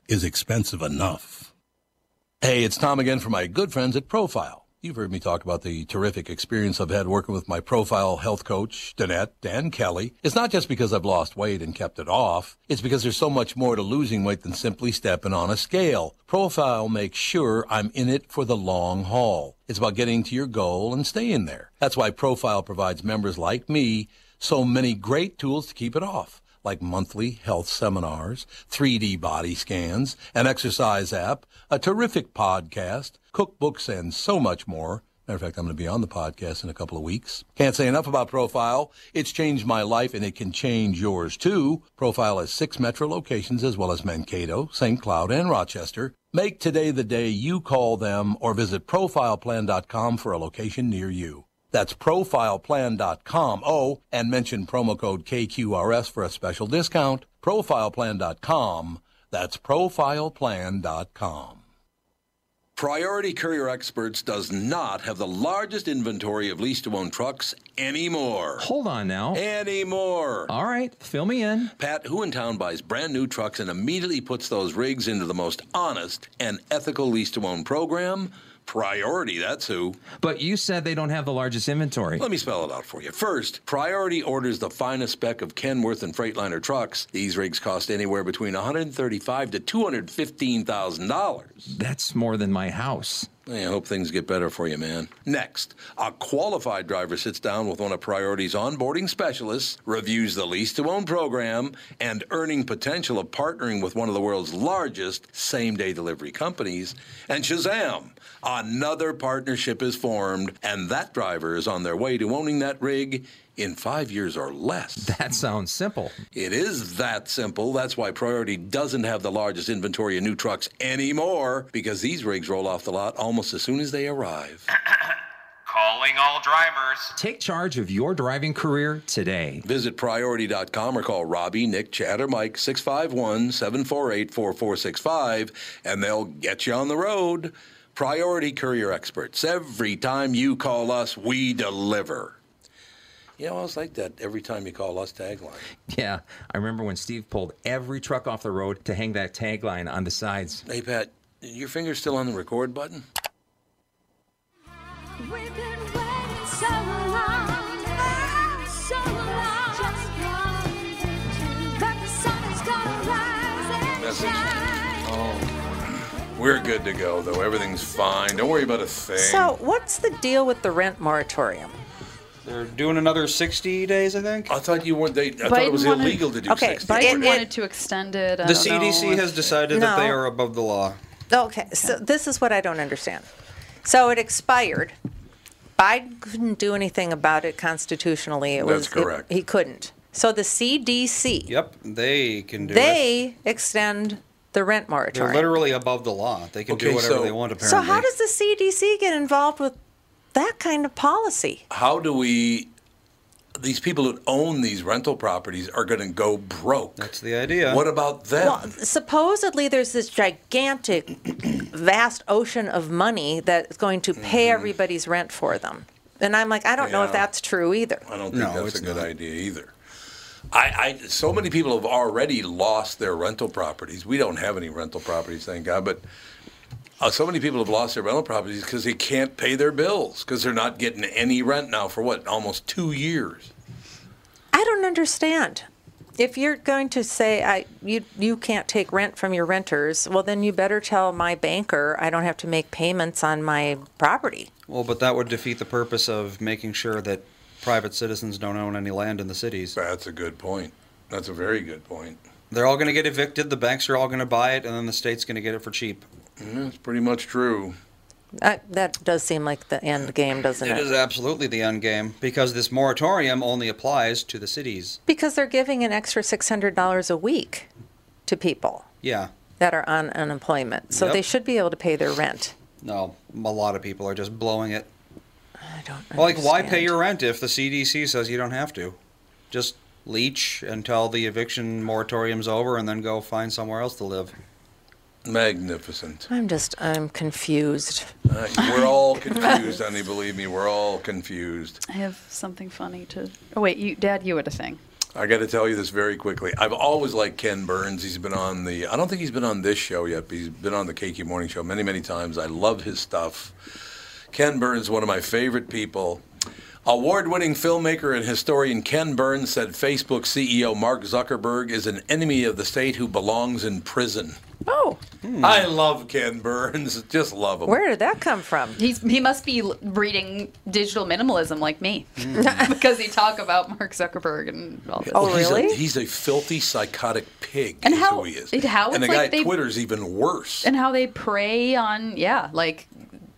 A: is expensive enough. Hey, it's Tom again for my good friends at Profile. You've heard me talk about the terrific experience I've had working with my profile health coach, Danette Dan Kelly. It's not just because I've lost weight and kept it off. It's because there's so much more to losing weight than simply stepping on a scale. Profile makes sure I'm in it for the long haul. It's about getting to your goal and staying there. That's why Profile provides members like me so many great tools to keep it off like monthly health seminars, 3D body scans, an exercise app, a terrific podcast, cookbooks, and so much more. Matter of fact, I'm going to be on the podcast in a couple of weeks. Can't say enough about Profile. It's changed my life and it can change yours too. Profile has six metro locations as well as Mankato, St. Cloud, and Rochester. Make today the day you call them or visit profileplan.com for a location near you. That's profileplan.com. Oh, and mention promo code KQRS for a special discount. Profileplan.com. That's profileplan.com. Priority Courier Experts does not have the largest inventory of lease to own trucks anymore.
G: Hold on now.
A: Anymore.
G: All right, fill me in.
A: Pat, who in town buys brand new trucks and immediately puts those rigs into the most honest and ethical lease to own program? Priority, that's who.
G: But you said they don't have the largest inventory.
A: Let me spell it out for you. First, Priority orders the finest spec of Kenworth and Freightliner trucks. These rigs cost anywhere between $135 to $215,000.
G: That's more than my house.
A: I hope things get better for you, man. Next, a qualified driver sits down with one of Priority's onboarding specialists, reviews the lease to own program, and earning potential of partnering with one of the world's largest same day delivery companies. And Shazam, another partnership is formed, and that driver is on their way to owning that rig in five years or less.
G: That sounds simple.
A: It is that simple. That's why Priority doesn't have the largest inventory of new trucks anymore because these rigs roll off the lot almost as soon as they arrive.
H: Calling all drivers.
G: Take charge of your driving career today.
A: Visit priority.com or call Robbie, Nick, Chad, or Mike 651 748 4465 and they'll get you on the road. Priority Courier Experts. Every time you call us, we deliver. You know, I was like that every time you call us tagline.
G: Yeah, I remember when Steve pulled every truck off the road to hang that tagline on the sides.
A: Hey, Pat, your finger's still on the record button?
I: We've been waiting so long, so long. Just one day, but the sun is gonna rise and
A: Message.
I: shine.
A: Oh. We're good to go, though. Everything's fine. Don't worry about a thing.
C: So, what's the deal with the rent moratorium?
D: They're doing another 60 days, I think.
A: I thought you weren't. They, I
B: thought it was Biden wanted- illegal
A: to
B: do
C: Okay, 60.
B: Biden
C: It- it-
B: wanted to extend it. I
D: The
B: don't know
D: CDC
B: if-
D: has decided that they
C: No.
D: are above the law.
C: Okay, so this is what I don't understand. So it expired. Biden couldn't do anything about it constitutionally. It was
D: That's correct.
C: it- he couldn't. So the CDC
D: Yep, they can do it.
C: they extend the rent
D: They're
C: moratorium.
D: literally above the law. They can
A: Okay,
D: do whatever
A: so-
D: they want, apparently.
C: so how does the CDC get involved with that kind of policy?
A: How do we? These people that own these rental properties are going to go broke. That's
D: the uh, idea.
A: What about them?
C: Well, supposedly there's this gigantic, vast ocean of money that's going to pay everybody's rent for them. And I'm like, I don't know if
A: Yeah.
C: that's true either.
A: I don't think that's a good idea either. I, I so many people have already lost their rental properties. We don't have any rental properties, thank God, but uh, so many people have lost their rental properties because they can't pay their bills because they're not getting any rent now for what almost two years.
C: I don't understand. If you're going to say I you you can't take rent from your renters, well then you better tell my banker I don't have to make payments on my property.
D: Well, but that would defeat the purpose of making sure that private citizens don't own any land in the cities.
A: That's a good point. That's a very good point.
D: They're all going to get evicted, the banks are all going to buy it, and then the state's going to get it for cheap.
A: That's pretty much true.
C: Uh, that does seem like the end game, doesn't it?
D: It is absolutely the end game because this moratorium only applies to the cities.
C: Because they're giving an extra six hundred dollars a week to people
D: Yeah,
C: that are on unemployment, so
D: Yep.
C: they should be able to pay their rent.
D: no, a lot of people are just blowing it.
C: I don't.
D: Like, why pay
C: understand.
D: your rent if the CDC says you don't have to? Just leech until the eviction moratorium's over and then go find somewhere else to live.
A: Magnificent.
C: I'm just I'm confused.
A: Uh, we're all confused, honey. Believe me, we're all confused.
B: I have something funny to. Oh wait, you, Dad, you had a thing.
A: I got to tell you this very quickly. I've always liked Ken Burns. He's been on the, I don't think he's been on this show yet, but he's been on the KQ Morning Show many, many times. I love his stuff. Ken Burns, one of my favorite people. Award winning filmmaker and historian Ken Burns said Facebook CEO Mark Zuckerberg is an enemy of the state who belongs in prison.
C: Oh.
A: I love Ken Burns. Just love him.
C: Where did that come from?
B: He's he must be l- reading digital minimalism like me,
D: Hmm.
B: because he talk about Mark Zuckerberg and all
D: Oh,
B: this.
A: Well, he's a- He's a, filthy, psychotic pig.
B: oh, And
A: is
B: how-
A: who he is.
B: and how
A: and
B: it's
A: the
B: like
A: guy at
B: they-
A: Twitter's even worse.
B: and how they prey on yeah like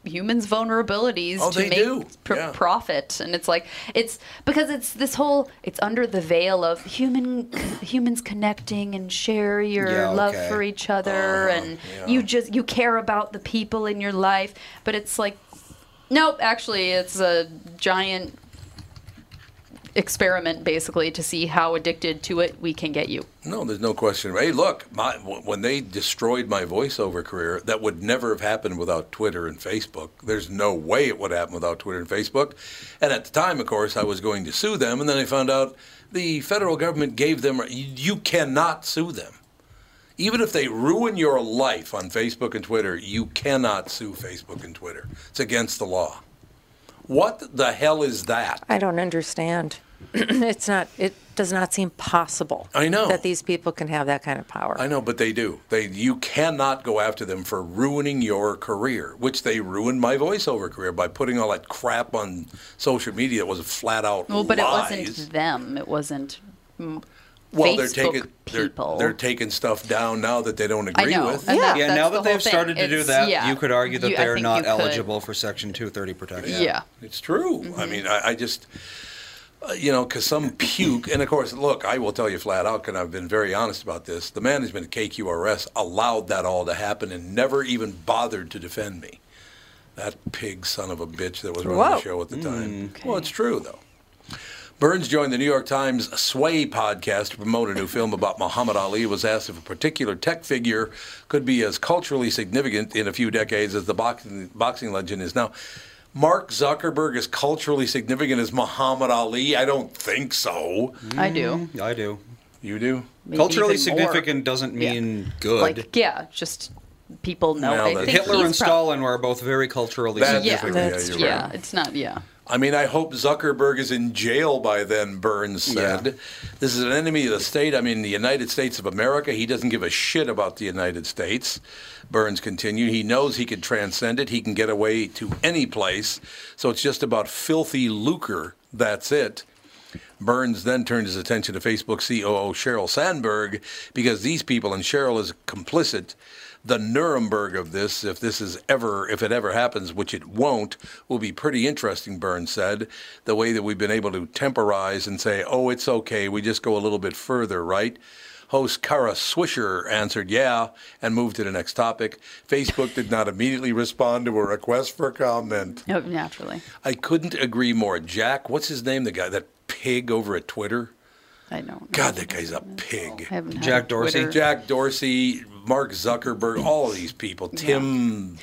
B: humans vulnerabilities
A: Oh,
B: to
A: they
B: make
A: do.
B: pr-
A: Yeah.
B: profit and it's like it's because it's this whole it's under the veil of human humans connecting and share your
I: Yeah,
B: love
I: okay.
B: for each other
A: Uh-huh,
B: and
I: yeah.
B: you just you care about the people in your life but it's like nope actually it's a giant experiment basically to see how addicted to it we can get you
A: No, there's no question. Hey, look, my, when they destroyed my voiceover career, that would never have happened without Twitter and Facebook. There's no way it would happen without Twitter and Facebook. And at the time, of course, I was going to sue them, and then I found out the federal government gave them. You, you cannot sue them, even if they ruin your life on Facebook and Twitter. You cannot sue Facebook and Twitter. It's against the law. What the hell is that?
C: I don't understand. it's not. It does not seem possible.
A: I know.
C: that these people can have that kind of power.
A: I know, but they do. They you cannot go after them for ruining your career, which they ruined my voiceover career by putting all that crap on social media that was flat out
B: well but
A: lies.
B: it wasn't them it wasn't mm,
A: well,
B: Facebook
A: they're taking they're,
B: people.
A: they're taking stuff down now that they don't agree
B: know,
A: with.
B: and that-
D: yeah,
B: that's
D: now
B: the
D: that they've
B: whole thing.
D: started to do
B: It's-
D: that,
B: yeah.
D: you could argue that
B: You- I
D: they're
B: think you
D: not
B: could.
D: eligible for Section 230 protection.
A: It's true.
B: Mm-hmm.
A: I mean, I, I just, uh, you know, because some puke, and of course, look, I will tell you flat out, and I've been very honest about this, the management of KQRS allowed that all to happen and never even bothered to defend me. That pig son of a bitch that was running
I: Whoa.
A: the show at the time. Well, it's true, though. Burns joined the New York Times Sway podcast to promote a new film about Muhammad Ali. He Was asked if a particular tech figure could be as culturally significant in a few decades as the boxing, boxing legend is now. Mark Zuckerberg is culturally significant as Muhammad Ali? I don't think so.
B: I do.
D: I do.
A: You do?
B: Maybe
D: Culturally
B: even more.
D: significant doesn't
B: Yeah.
D: mean good.
B: Like, yeah, just people know.
D: Well,
B: they
D: then
B: think
D: Hitler
B: he's
D: and
B: prob-
D: Stalin were both very culturally
B: yeah,
D: significant.
B: yeah, it's not. Yeah,
A: I mean, I hope Zuckerberg is in jail by then, Burns said. This is an enemy of the state. I mean, the United States of America. He doesn't give a shit about the United States. Burns continued. He knows he can transcend it, he can get away to any place. So it's just about filthy lucre. That's it. Burns then turned his attention to Facebook COO Sheryl Sandberg because these people, and Sheryl is complicit, the Nuremberg of this, if this is ever, if it ever happens, which it won't, will be pretty interesting, Burns said. The way that we've been able to temporize and say, oh, it's okay, we just go a little bit further, right? Host Kara Swisher answered, yeah, and moved to the next topic. Facebook did not immediately respond to a request for comment.
B: Oh, naturally.
A: I couldn't agree more. Jack, what's his name? The guy, that pig over at Twitter.
B: I don't.
A: God, that guy's a pig.
B: I haven't had Jack Dorsey? Twitter.
A: Jack Dorsey, Mark Zuckerberg, all of these people. Tim,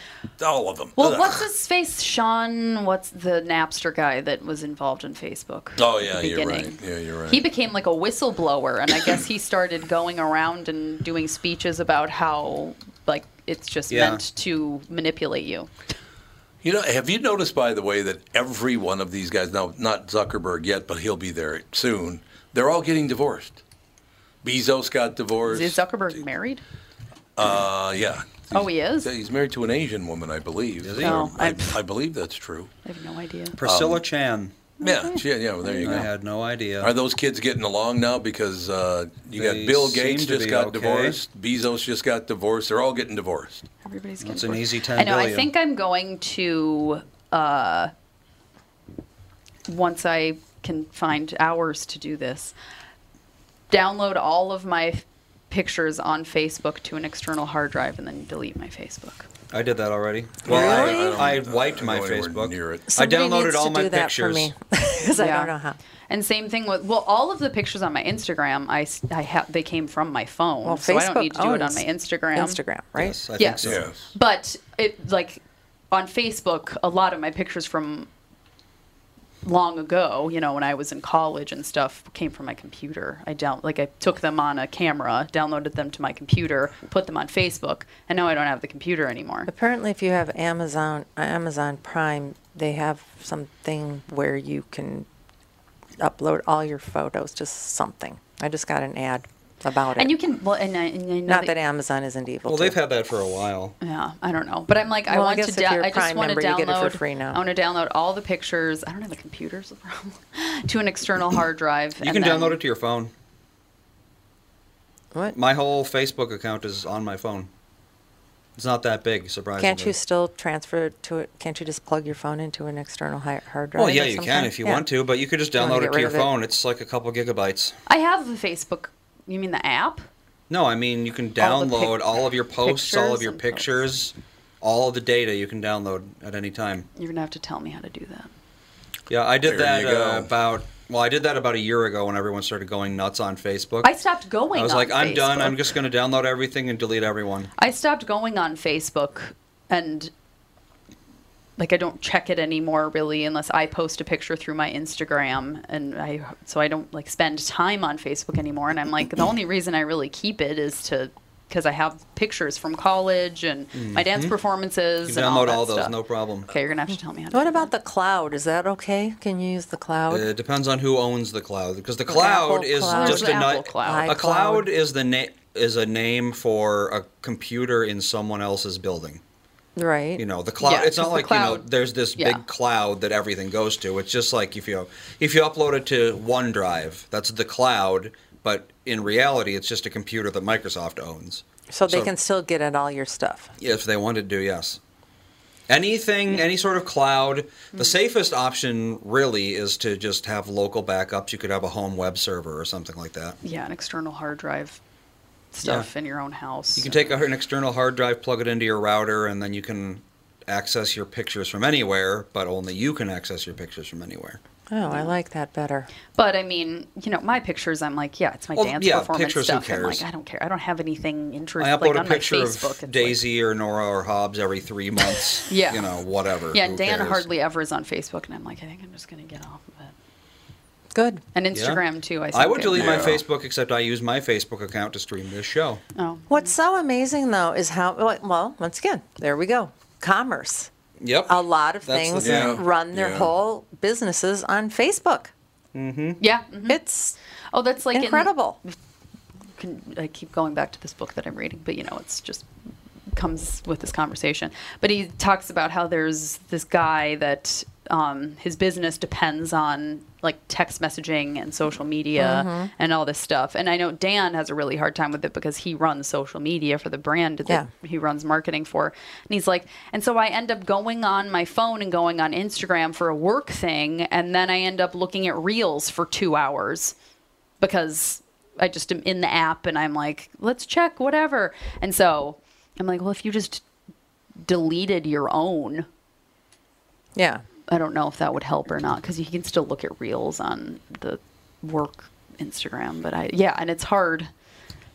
A: all of them.
B: Well,
A: Ugh.
B: what's his face? Sean, what's the Napster guy that was involved in Facebook?
A: Oh
B: at
A: yeah,
B: the
A: you're
B: beginning?
A: right. Yeah, you're right.
B: He became like a whistleblower, and I guess he started going around and doing speeches about how, like, it's just
A: Yeah.
B: meant to manipulate you.
A: You know, have you noticed, by the way, that every one of these guys, now not Zuckerberg yet, but he'll be there soon, they're all getting divorced. Bezos got divorced.
B: Is Zuckerberg married?
A: Uh, yeah.
B: Oh, he is.
A: Yeah, He's married to an Asian woman, I believe.
B: he? Oh,
A: I, I believe that's true.
B: I have no idea.
D: Priscilla
B: um,
D: Chan.
A: Yeah, she- yeah, well, there you go.
D: I had no idea.
A: Are those kids getting along now? Because uh, you
D: They
A: got Bill
D: seem
A: Gates
D: to
A: just
D: be
A: got
D: okay.
A: divorced, Bezos just got divorced. They're all getting divorced.
B: Everybody's
D: That's
B: getting
D: an
B: bored.
D: easy
B: I
D: 10
B: know. I
D: billion.
B: think I'm going to uh, once I can find hours to do this, download all of my f- pictures on Facebook to an external hard drive and then delete my Facebook.
D: I did that already. Well, I, I, wiped my Facebook. I downloaded all my pictures.
C: I don't know how.
B: And same thing with well, all of the pictures on my Instagram, I, s- I ha- they came from my phone,
C: Well,
B: so I don't
C: Facebook
B: need to do it on
C: owns
B: my Instagram.
C: Instagram, right?
D: Yes, I think
B: yes.
D: so. Yes.
B: But it like on Facebook, a lot of my pictures from long ago, you know, when I was in college and stuff, came from my computer. I down like I took them on a camera, downloaded them to my computer, put them on Facebook, and now I don't have the computer anymore.
C: Apparently, if you have Amazon uh, Amazon Prime, they have something where you can upload all your photos, just something. I just got an ad about it.
B: And you can well, and I, and I know
C: Not that Amazon isn't evil.
D: Well, they've had that for a while.
B: Yeah, I don't know, but I'm like, I
C: Well, I
B: want
C: guess
B: to.
C: if
B: dou-
C: you're a
B: I just
C: Prime
B: want to
C: member, you
B: download.
C: get it for free now.
B: I want to download all the pictures. I don't have a computer's the problem to an external hard drive.
D: You can download it to your phone.
C: What?
D: My whole Facebook account is on my phone. It's not that big, surprisingly.
C: Can't you still transfer it to it? Can't you just plug your phone into an external hi- hard drive?
D: Well, yeah,
C: or
D: you can
C: something?
D: if you
C: Yeah.
D: want to, but you could just
C: You wanna
D: download
C: get
D: it to
C: rid
D: your
C: of it.
D: phone. It's like a couple gigabytes.
B: I have the Facebook. You mean the app?
D: No, I mean you can
B: All the pic-
D: download all, of your posts, all
B: pictures
D: of your
B: and
D: pictures, all of the data you can download at any time.
B: You're gonna have to tell me how to do that.
D: Yeah, I did
A: There you
D: that uh,
A: go.
D: about well, I did that about a year ago when everyone started going nuts on Facebook.
B: I stopped going.
D: I was
B: on
D: like, I'm done. I'm
B: Facebook.
D: just going to download everything and delete everyone.
B: I stopped going on Facebook and like I don't check it anymore really unless I post a picture through my Instagram and I so I don't like spend time on Facebook anymore and I'm like the only reason I really keep it is to cuz I have pictures from college and my dance
D: Mhm.
B: performances
D: You can
B: and all,
D: download
B: that
D: all those,
B: stuff.
D: no problem.
B: Okay, you're going to have to tell me how to
C: What about the cloud? Is that okay? Can you use the cloud?
D: It depends on who owns the cloud because the
C: The
D: cloud
C: Apple
D: is
C: Cloud.
D: just
C: There's
D: a
C: the
D: ni-
C: Apple Cloud.
D: a cloud is the name is a name for a computer in someone else's building.
C: right.
D: You know, the cloud.
C: Yeah,
D: it's not
C: 'cause the
D: like you know.
C: cloud-
D: There's this
C: yeah.
D: big cloud that everything goes to. It's just like if you if you upload it to OneDrive, that's the cloud. But in reality, it's just a computer that Microsoft owns.
C: So they can still get at all your stuff.
D: If they wanted to, yes. Anything, any sort of cloud. The safest option really is to just have local backups. You could have a home web server or something like that.
B: Yeah, an external hard drive stuff in your own house.
D: You can take a, an external hard drive, plug it into your router, and then you can access your pictures from anywhere, but only you can access your pictures from anywhere.
C: Oh, I like that better.
B: But I mean, you know, my pictures. I'm like, yeah, it's my
D: Well,
B: dance
D: yeah,
B: performance
D: pictures, who
B: stuff. I'm like,
D: cares?
B: I don't care. I don't have anything
D: I
B: interesting
D: upload
B: like,
D: a
B: on my
D: picture
B: Facebook.
D: of Daisy or Nora or Hobbs every three months.
B: Yeah.
D: You know, whatever.
B: yeah,
D: who
B: and Dan
D: cares?
B: hardly ever is on Facebook, and I'm like, I think I'm just gonna get off of it.
C: Good.
B: And
D: Yeah.
B: Instagram too. I,
D: I
B: think
D: would
B: it-
D: delete my Facebook, except I use my Facebook account to stream this show.
B: Oh.
C: What's so amazing though is how well. Once again, there we go. Commerce.
D: Yep.
C: A lot of
D: That's the
C: things
D: thing. Yeah.
C: run their
D: Yeah.
C: whole businesses on Facebook.
B: Mm-hmm. Yeah,
C: it's
B: oh, that's like in-
C: incredible.
B: can, I keep going back to this book that I'm reading, but you know, it's just comes with this conversation. But he talks about how there's this guy that um, his business depends on like text messaging and social media
C: Mhm.
B: and all this stuff. And I know Dan has a really hard time with it because he runs social media for the brand that
C: Yeah.
B: he runs marketing for. And he's like, and so I end up going on my phone and going on Instagram for a work thing. And then I end up looking at reels for two hours because I just am in the app and I'm like, let's check whatever. And so I'm like, well, if you just deleted your own,
C: yeah,
B: I don't know if that would help or not because you can still look at reels on the work Instagram. But I, yeah, and it's hard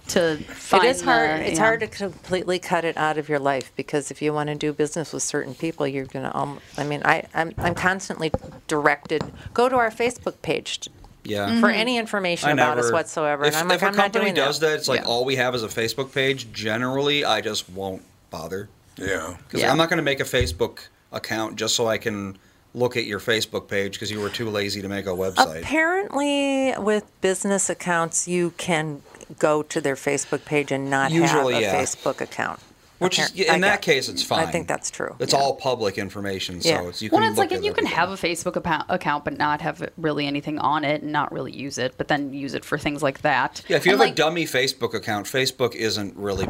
B: to find.
C: it is hard.
B: the-
C: it's
B: yeah.
C: hard to completely cut it out of your life because if you want to do business with certain people, you're gonna. Um, I mean, I, I'm I'm constantly directed. Go to our Facebook page t-
D: Yeah.
B: Mm-hmm.
C: for any information
D: I
C: Mm-hmm. about us
D: never-
C: whatsoever.
D: If,
C: and I'm like,
D: if a
C: I'm not
D: company
C: doing
D: does that, it's like
C: Yeah.
D: all we have is a Facebook page. Generally, I just won't bother.
A: Yeah.
D: Because
C: Yeah.
D: I'm not going to make a Facebook account just so I can look at your Facebook page because you were too lazy to make a website.
C: Apparently, with business accounts, you can go to their Facebook page and not
D: Usually,
C: have a
D: yeah.
C: Facebook account.
D: Which is
C: Appar-
D: in
C: I
D: that
C: got-
D: case, it's fine.
C: I think that's true.
D: It's all public information, so
B: Yeah.
D: it's you can
B: well, it's
D: look
B: like
D: at
B: you
D: it.
B: can have a Facebook appo- account but not have really anything on it and not really use it, but then use it for things like that.
D: Yeah, if you
B: And,
D: have
B: like,
D: a dummy Facebook account, Facebook isn't really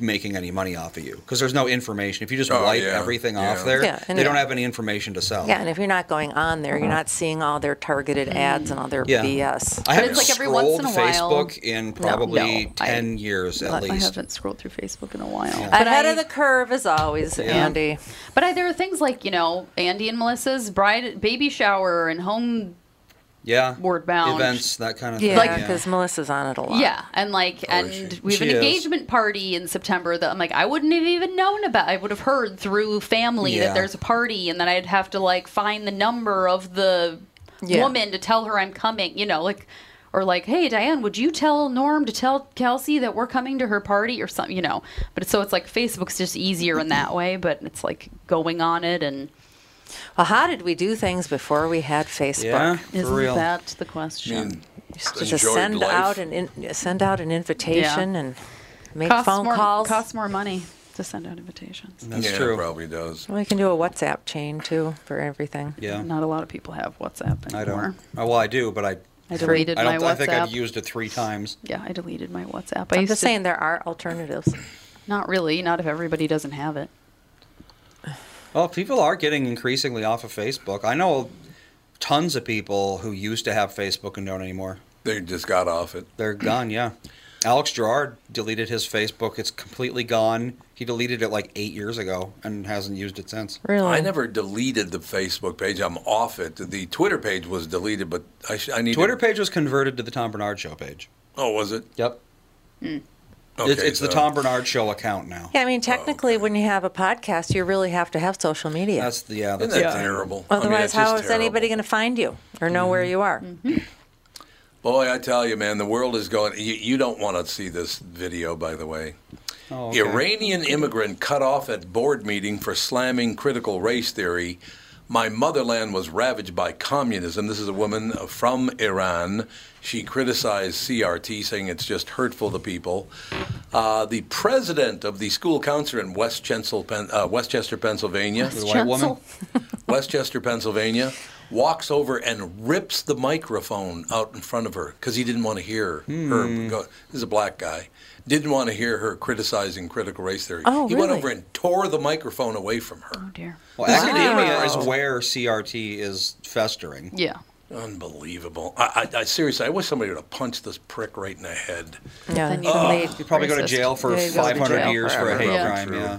D: making any money off of you because there's no information. If you just
C: Oh,
D: wipe
C: yeah,
D: everything
C: yeah.
D: off there,
C: Yeah,
D: they
C: and
D: don't
C: yeah.
D: have any information to sell.
C: Yeah, and if you're not going on there, you're not seeing all their targeted ads and all their
D: Yeah.
C: BS.
D: I haven't scrolled Facebook in probably
C: no, I-
D: 10 years at
B: I
D: least.
B: haven't scrolled through Facebook in a while.
C: But Ahead of the curve as always,
D: Yeah.
C: Andy.
B: But I, there are things like you know Andy and Melissa's bride baby shower and home.
D: Yeah.
B: Word bound.
D: Events, that kind of
C: Yeah,
D: thing.
C: because Melissa's on it a lot.
B: Yeah, and like, and we have an
C: She is.
B: engagement party in September that I'm like, I wouldn't have even known about. I would have heard through family
C: Yeah.
B: that there's a party, and then I'd have to like find the number of the
C: Yeah.
B: woman to tell her I'm coming. You know, like, or like, hey Diane, would you tell Norm to tell Kelsey that we're coming to her party or something? You know, but it's, so it's like Facebook's just easier in that way, but it's like going on it and.
C: Well, how did we do things before we had Facebook?
B: Yeah, for Isn't real. that the question? I mean,
C: used to just
B: enjoyed
C: send
B: life.
C: out an in, send out an invitation
B: Yeah.
C: and make
B: costs
C: phone
B: more,
C: calls.
B: Costs more money to send out invitations.
A: That's yeah,
D: true.
A: It probably does.
C: We can do a WhatsApp chain too for everything.
D: Yeah.
B: Not a lot of people have WhatsApp anymore.
D: I don't. Oh, well, I do, but I.
B: I deleted
D: I don't,
B: my
D: I think I've
B: WhatsApp.
D: used it three times.
B: Yeah, I deleted my WhatsApp. I
C: I'm
B: used
C: just
B: to-
C: saying there are alternatives.
B: Not really. Not if everybody doesn't have it.
D: Well, people are getting increasingly off of Facebook. I know tons of people who used to have Facebook and don't anymore.
A: They just got off it.
D: They're gone, yeah. Alex Gerard deleted his Facebook. It's completely gone. He deleted it like eight years ago and hasn't used it since.
C: Oh.
A: I never deleted the Facebook page. I'm off it. The Twitter page was deleted, but I, sh- I need
D: Twitter page was converted to the Tom Bernard Show page.
A: Oh, was it?
D: Yep.
B: Hmm.
D: it's it's the
A: so-
D: Tom Bernard Show account now.
C: Yeah, I
A: Oh.
C: mean technically when you have a podcast, you really have to have social media.
D: That's the yeah. That's
A: Isn't that
D: the-
A: terrible? Mm-hmm. I mean,
C: Otherwise,
A: that's just
C: how is anybody going to find you or know where you are?
B: Mm-hmm.
A: Boy, I tell you, man, the world is going. You, you don't want to see this video, by the way.
D: Oh,
A: Iranian immigrant cut off at board meeting for slamming critical race theory. My motherland was ravaged by communism. This is a woman from Iran. She criticized CRT, saying it's just hurtful to people. Uh, the president of the school council in West Chensel, Pen- uh, Westchester, Pennsylvania,
D: With a white woman?
A: Westchester, Pennsylvania, walks over and rips the microphone out in front of her because he didn't want to hear her. Go, this is a black guy. Didn't want to hear her criticizing critical race theory.
D: Oh,
A: he went
D: really?
A: over and tore the microphone away from her. Oh,
B: dear.
D: Well, academia is where CRT is festering.
B: Yeah.
A: Unbelievable. I, I, I seriously, I wish somebody would have punched this prick right in the head.
C: Yeah, Then
D: you'd Oh, lead you'd probably go to racist. jail for Yeah, you'd go to 500 jail years for a forever. hate crime,
A: True.
D: yeah.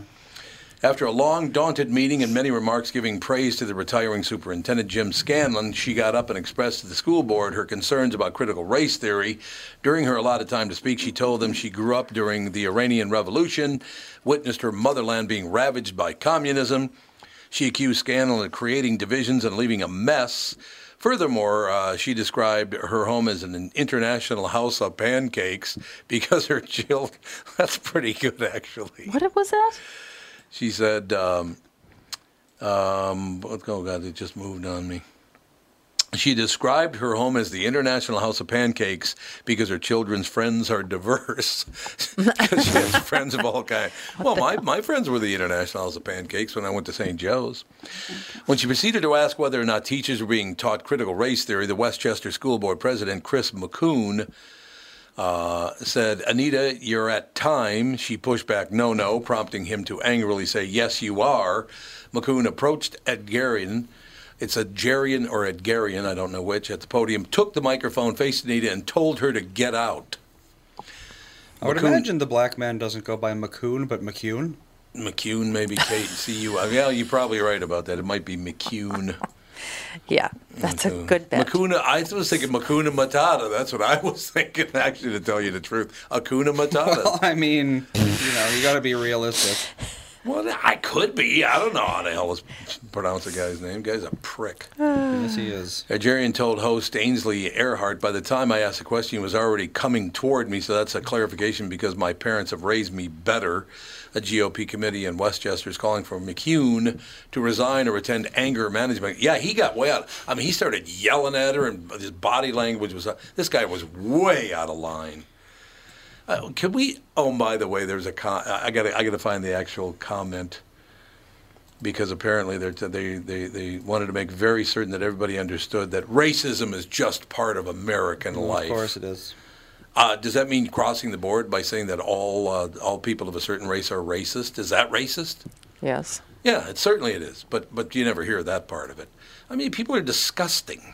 A: After a long, daunted meeting and many remarks giving praise to the retiring superintendent Jim Scanlon, she got up and expressed to the school board her concerns about critical race theory. During her allotted time to speak, she told them she grew up during the Iranian Revolution, witnessed her motherland being ravaged by communism. She accused Scanlon of creating divisions and leaving a mess. Furthermore, uh, she described her home as an international house of pancakes because her children. That's pretty good, actually.
B: What was that?
A: She said, um, Um, but- oh God, it just moved on me. She described her home as the International House of Pancakes because her children's friends are diverse. 'Cause she has friends of all kinds. Well, my, my friends were the International House of Pancakes when I went to St. Joe's. When she proceeded to ask whether or not teachers were being taught critical race theory, the Westchester School Board president, Chris McCoon, uh, said, Anita, you're at time. She pushed back, no, no, prompting him to angrily say, yes, you are. McCoon approached Edgarian. It's Edgarian or Edgarian, I don't know which, at the podium, took the microphone, faced Anita, and told her to get out.
D: I would
A: McCoon-
D: imagine the black man doesn't go by McCoon, but McCune.
A: McCune, maybe Kate, see you. Yeah, you're probably right about that. It might be McCune.
C: Yeah, that's
A: Mm-hmm.
C: a good bet.
A: Makuna, I was thinking Makuna Matata. That's what I was thinking, actually, to tell you the truth. Akuna Matata.
D: Well, I mean, you know, you got to be realistic.
A: Well, I could be. I don't know how the hell was pronounce the guy's name. Guy's a prick.
D: yes, he is.
A: Algerian told host Ainsley Earhart, by the time I asked the question, he was already coming toward me, so that's a clarification because my parents have raised me better. A GOP committee in Westchester is calling for McCune to resign or attend anger management. Yeah, he got way out. I mean, he started yelling at her, and his body language was. uh, This guy was way out of line. Uh, can we? Oh, by the way, there's a. Com- I got. to I got to find the actual comment because apparently they're t- they, they they wanted to make very certain that everybody understood that racism is just part of American life.
D: Of course it is.
A: Uh, does that mean crossing the board by saying that all uh, all people of a certain race are racist? Is that racist?
C: Yes.
A: Yeah, it certainly it is. But but you never hear that part of it. I mean, people are disgusting.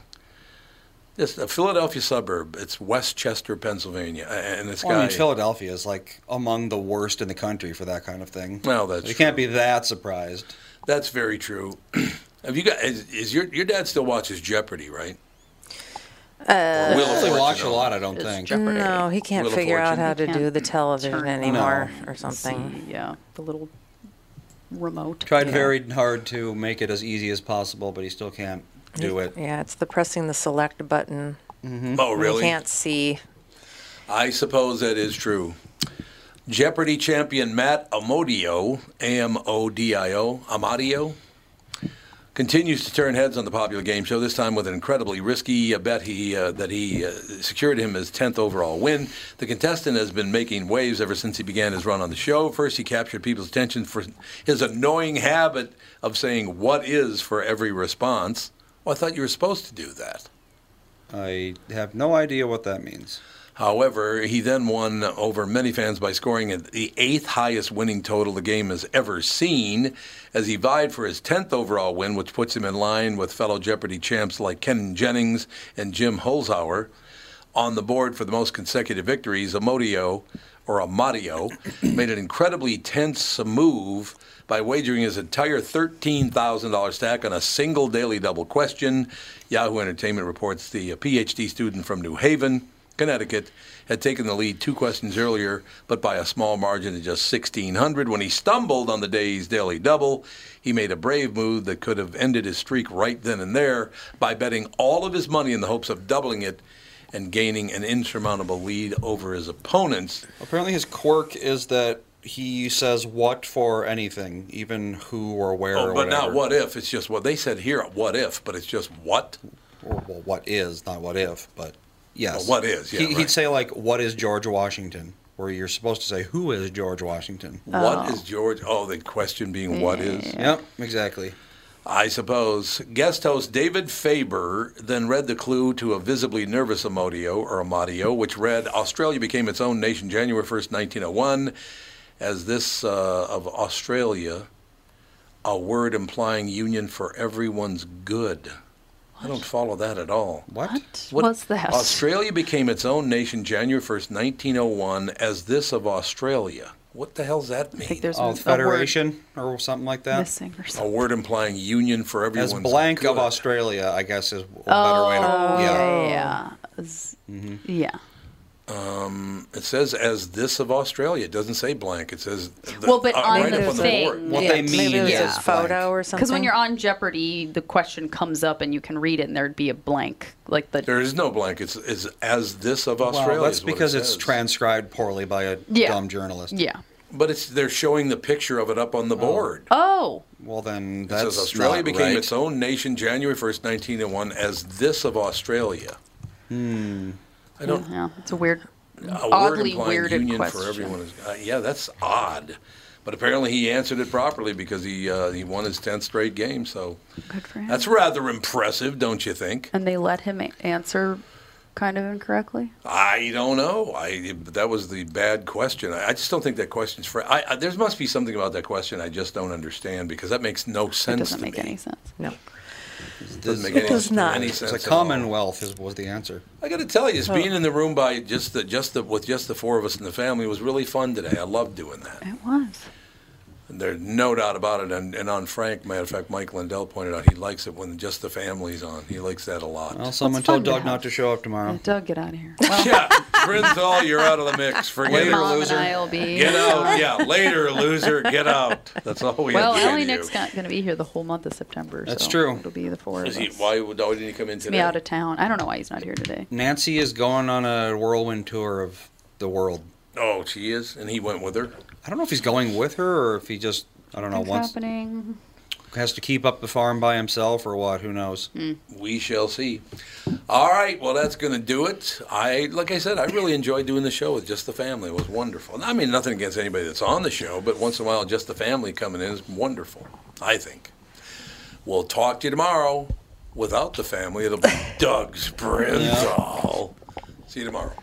A: This a Philadelphia suburb. It's Westchester, Pennsylvania, a- and this
D: Well, I
A: guy.
D: mean, Philadelphia is like among the worst in the country for that kind of thing.
A: Well, that's
D: you can't be that surprised.
A: That's very true. Have you got? Is, is your your dad still watches Jeopardy? Right?
C: Uh,
A: Or Wheel
D: I
A: of
D: don't really
A: Fortune
D: watch a
A: only?
D: lot, I don't think.
C: no, he can't
A: Wheel of
C: figure out
A: Fortune.
C: how to do the television
B: turn it
C: anymore
B: on.
C: or something.
B: See, yeah, the little remote.
D: Tried very hard to make it as easy as possible, but he still can't do it.
C: Yeah, it's the pressing the select button.
A: Oh,
C: You
A: really?
C: can't see.
A: I suppose that is true. Jeopardy champion Matt Amodio, A M O D I O, Amadio, continues to turn heads on the popular game show. This time with an incredibly risky uh, bet he uh, that he uh, secured him his tenth overall win. The contestant has been making waves ever since he began his run on the show. First, he captured people's attention for his annoying habit of saying "what is" for every response. Well, I thought you were supposed to do that.
D: I have no idea what that means.
A: However, he then won over many fans by scoring at the eighth highest winning total the game has ever seen as he vied for his 10th overall win, which puts him in line with fellow Jeopardy champs like Ken Jennings and Jim Holzhauer. On the board for the most consecutive victories, Amodio, or Amadio, made an incredibly tense move by wagering his entire $13,000 stack on a single daily double question. Yahoo Entertainment reports the uh, PhD student from New Haven, Connecticut, had taken the lead two questions earlier, but by a small margin of just 1,600. When he stumbled on the day's daily double, he made a brave move that could have ended his streak right then and there by betting all of his money in the hopes of doubling it and gaining an insurmountable lead over his opponents.
D: Apparently, his quirk is that he says what for anything, even who or where
A: Oh,
D: or
A: but
D: whatever.
A: not what if. It's just what they said here. What if? But it's just what.
D: Or, well, what is, not what if, but yes.
A: Well, what is, yeah,
D: he, He'd
A: right.
D: say, like, what is George Washington? Where you're supposed to say, who is George Washington?
A: What is George? Oh, the question being what is.
D: Yep, exactly.
A: I suppose. Guest host David Faber then read the clue to a visibly nervous Amodio or Amadio, which read Australia became its own nation January 1st, 1901, as this uh, of Australia, a word implying union for everyone's good. I don't follow that at all.
D: What?
A: What-
B: What's that?
A: Australia became its own nation January 1st, 1901, as this of Australia. What the hell's that
B: I think
A: mean?
B: there's a
D: Oh,
B: word
D: Federation or something like that? Oh,
B: missing or
A: A
B: something.
A: word implying union for
D: As
A: everyone's
D: blank of
A: good.
D: Australia, I guess, is a better way to.
B: Oh,
D: Yeah. Mm-hmm.
B: yeah. Yeah. Z- yeah.
A: It says as this of Australia. It doesn't say blank. It says the,
B: Well, but
A: uh,
B: on
A: right
B: the
A: up on
B: thing-
A: the board.
D: What
C: yeah,
D: they mean
C: maybe it was
B: is
C: his
D: blank.
C: photo or something.
B: Because when you're on Jeopardy, the question comes up and you can read it, and there'd be a blank, like the
A: There is no blank. It's, it's as this of Australia.
D: Well, that's
A: is what it
D: because it's
A: says.
D: transcribed poorly by a
B: Yeah.
D: dumb journalist.
B: yeah.
A: But it's they're showing the picture of it up on the board.
B: Oh.
D: Well, then
A: It
D: that's
A: says Australia
D: not
A: became
D: right.
A: its own nation January 1st, 1901, as this of Australia.
D: Hmm.
A: I don't.
B: Yeah, it's a weird,
A: A word
B: oddly
A: implying
B: weird
A: union
B: question.
A: for everyone is. Uh, yeah, that's odd. But apparently he answered it properly because he uh, he won his 10th straight game. So
B: Good for him.
A: that's rather impressive, don't you think?
B: And they let him a- answer, kind of incorrectly.
A: I don't know. I that was the bad question. I, I just don't think that question's for. I, I, there must be something about that question I just don't understand because that makes no sense.
B: doesn't
A: to
B: make
A: me.
B: any sense.
C: No.
A: Doesn't make
D: It
A: any,
D: does not.
A: any
D: It's
A: sense.
D: a
A: at all.
D: commonwealth is, was the answer.
A: I got to tell you, just being in the room by just the just the with just the four of us in the family was really fun today. I loved doing that.
B: It was.
A: There's no doubt about it. And, and on Frank, matter of fact, Mike Lindell pointed out he likes it when just the family's on. He likes that a lot.
D: Well, someone
B: fun
D: told
B: to
D: Doug
B: have.
D: not to show up tomorrow.
B: Doug, get out of here.
A: yeah, Brinthal, you're out of the mix. Forget
D: Later,
A: it.
B: Mom
D: loser.
B: and I'll be.
A: Get out. Yeah, later, loser. Get out. That's all we
B: Well,
A: have to say
B: Ellie
A: to you.
B: Nick's not going to be here the whole month of September.
D: That's
B: so
D: true.
B: It'll be the four of
A: Is he,
B: us.
A: why would, why didn't he come in
B: He's gonna be
A: today?
B: out of town. I don't know why he's not here today.
D: Nancy is going on a whirlwind tour of the world.
A: oh, she is? And he went with her?
D: I don't know if he's going with her or if he just, I don't know,
B: What's
D: wants,
B: happening? Mm-hmm.
D: has to keep up the farm by himself or what. Who knows?
A: We shall see. All right, well, that's going to do it. I, like I said, I really enjoyed doing the show with just the family. It was wonderful. I mean, nothing against anybody that's on the show, but once in a while, just the family coming in is wonderful. I think. We'll talk to you tomorrow. Without the family, it'll be Doug's Brinzall. See you tomorrow.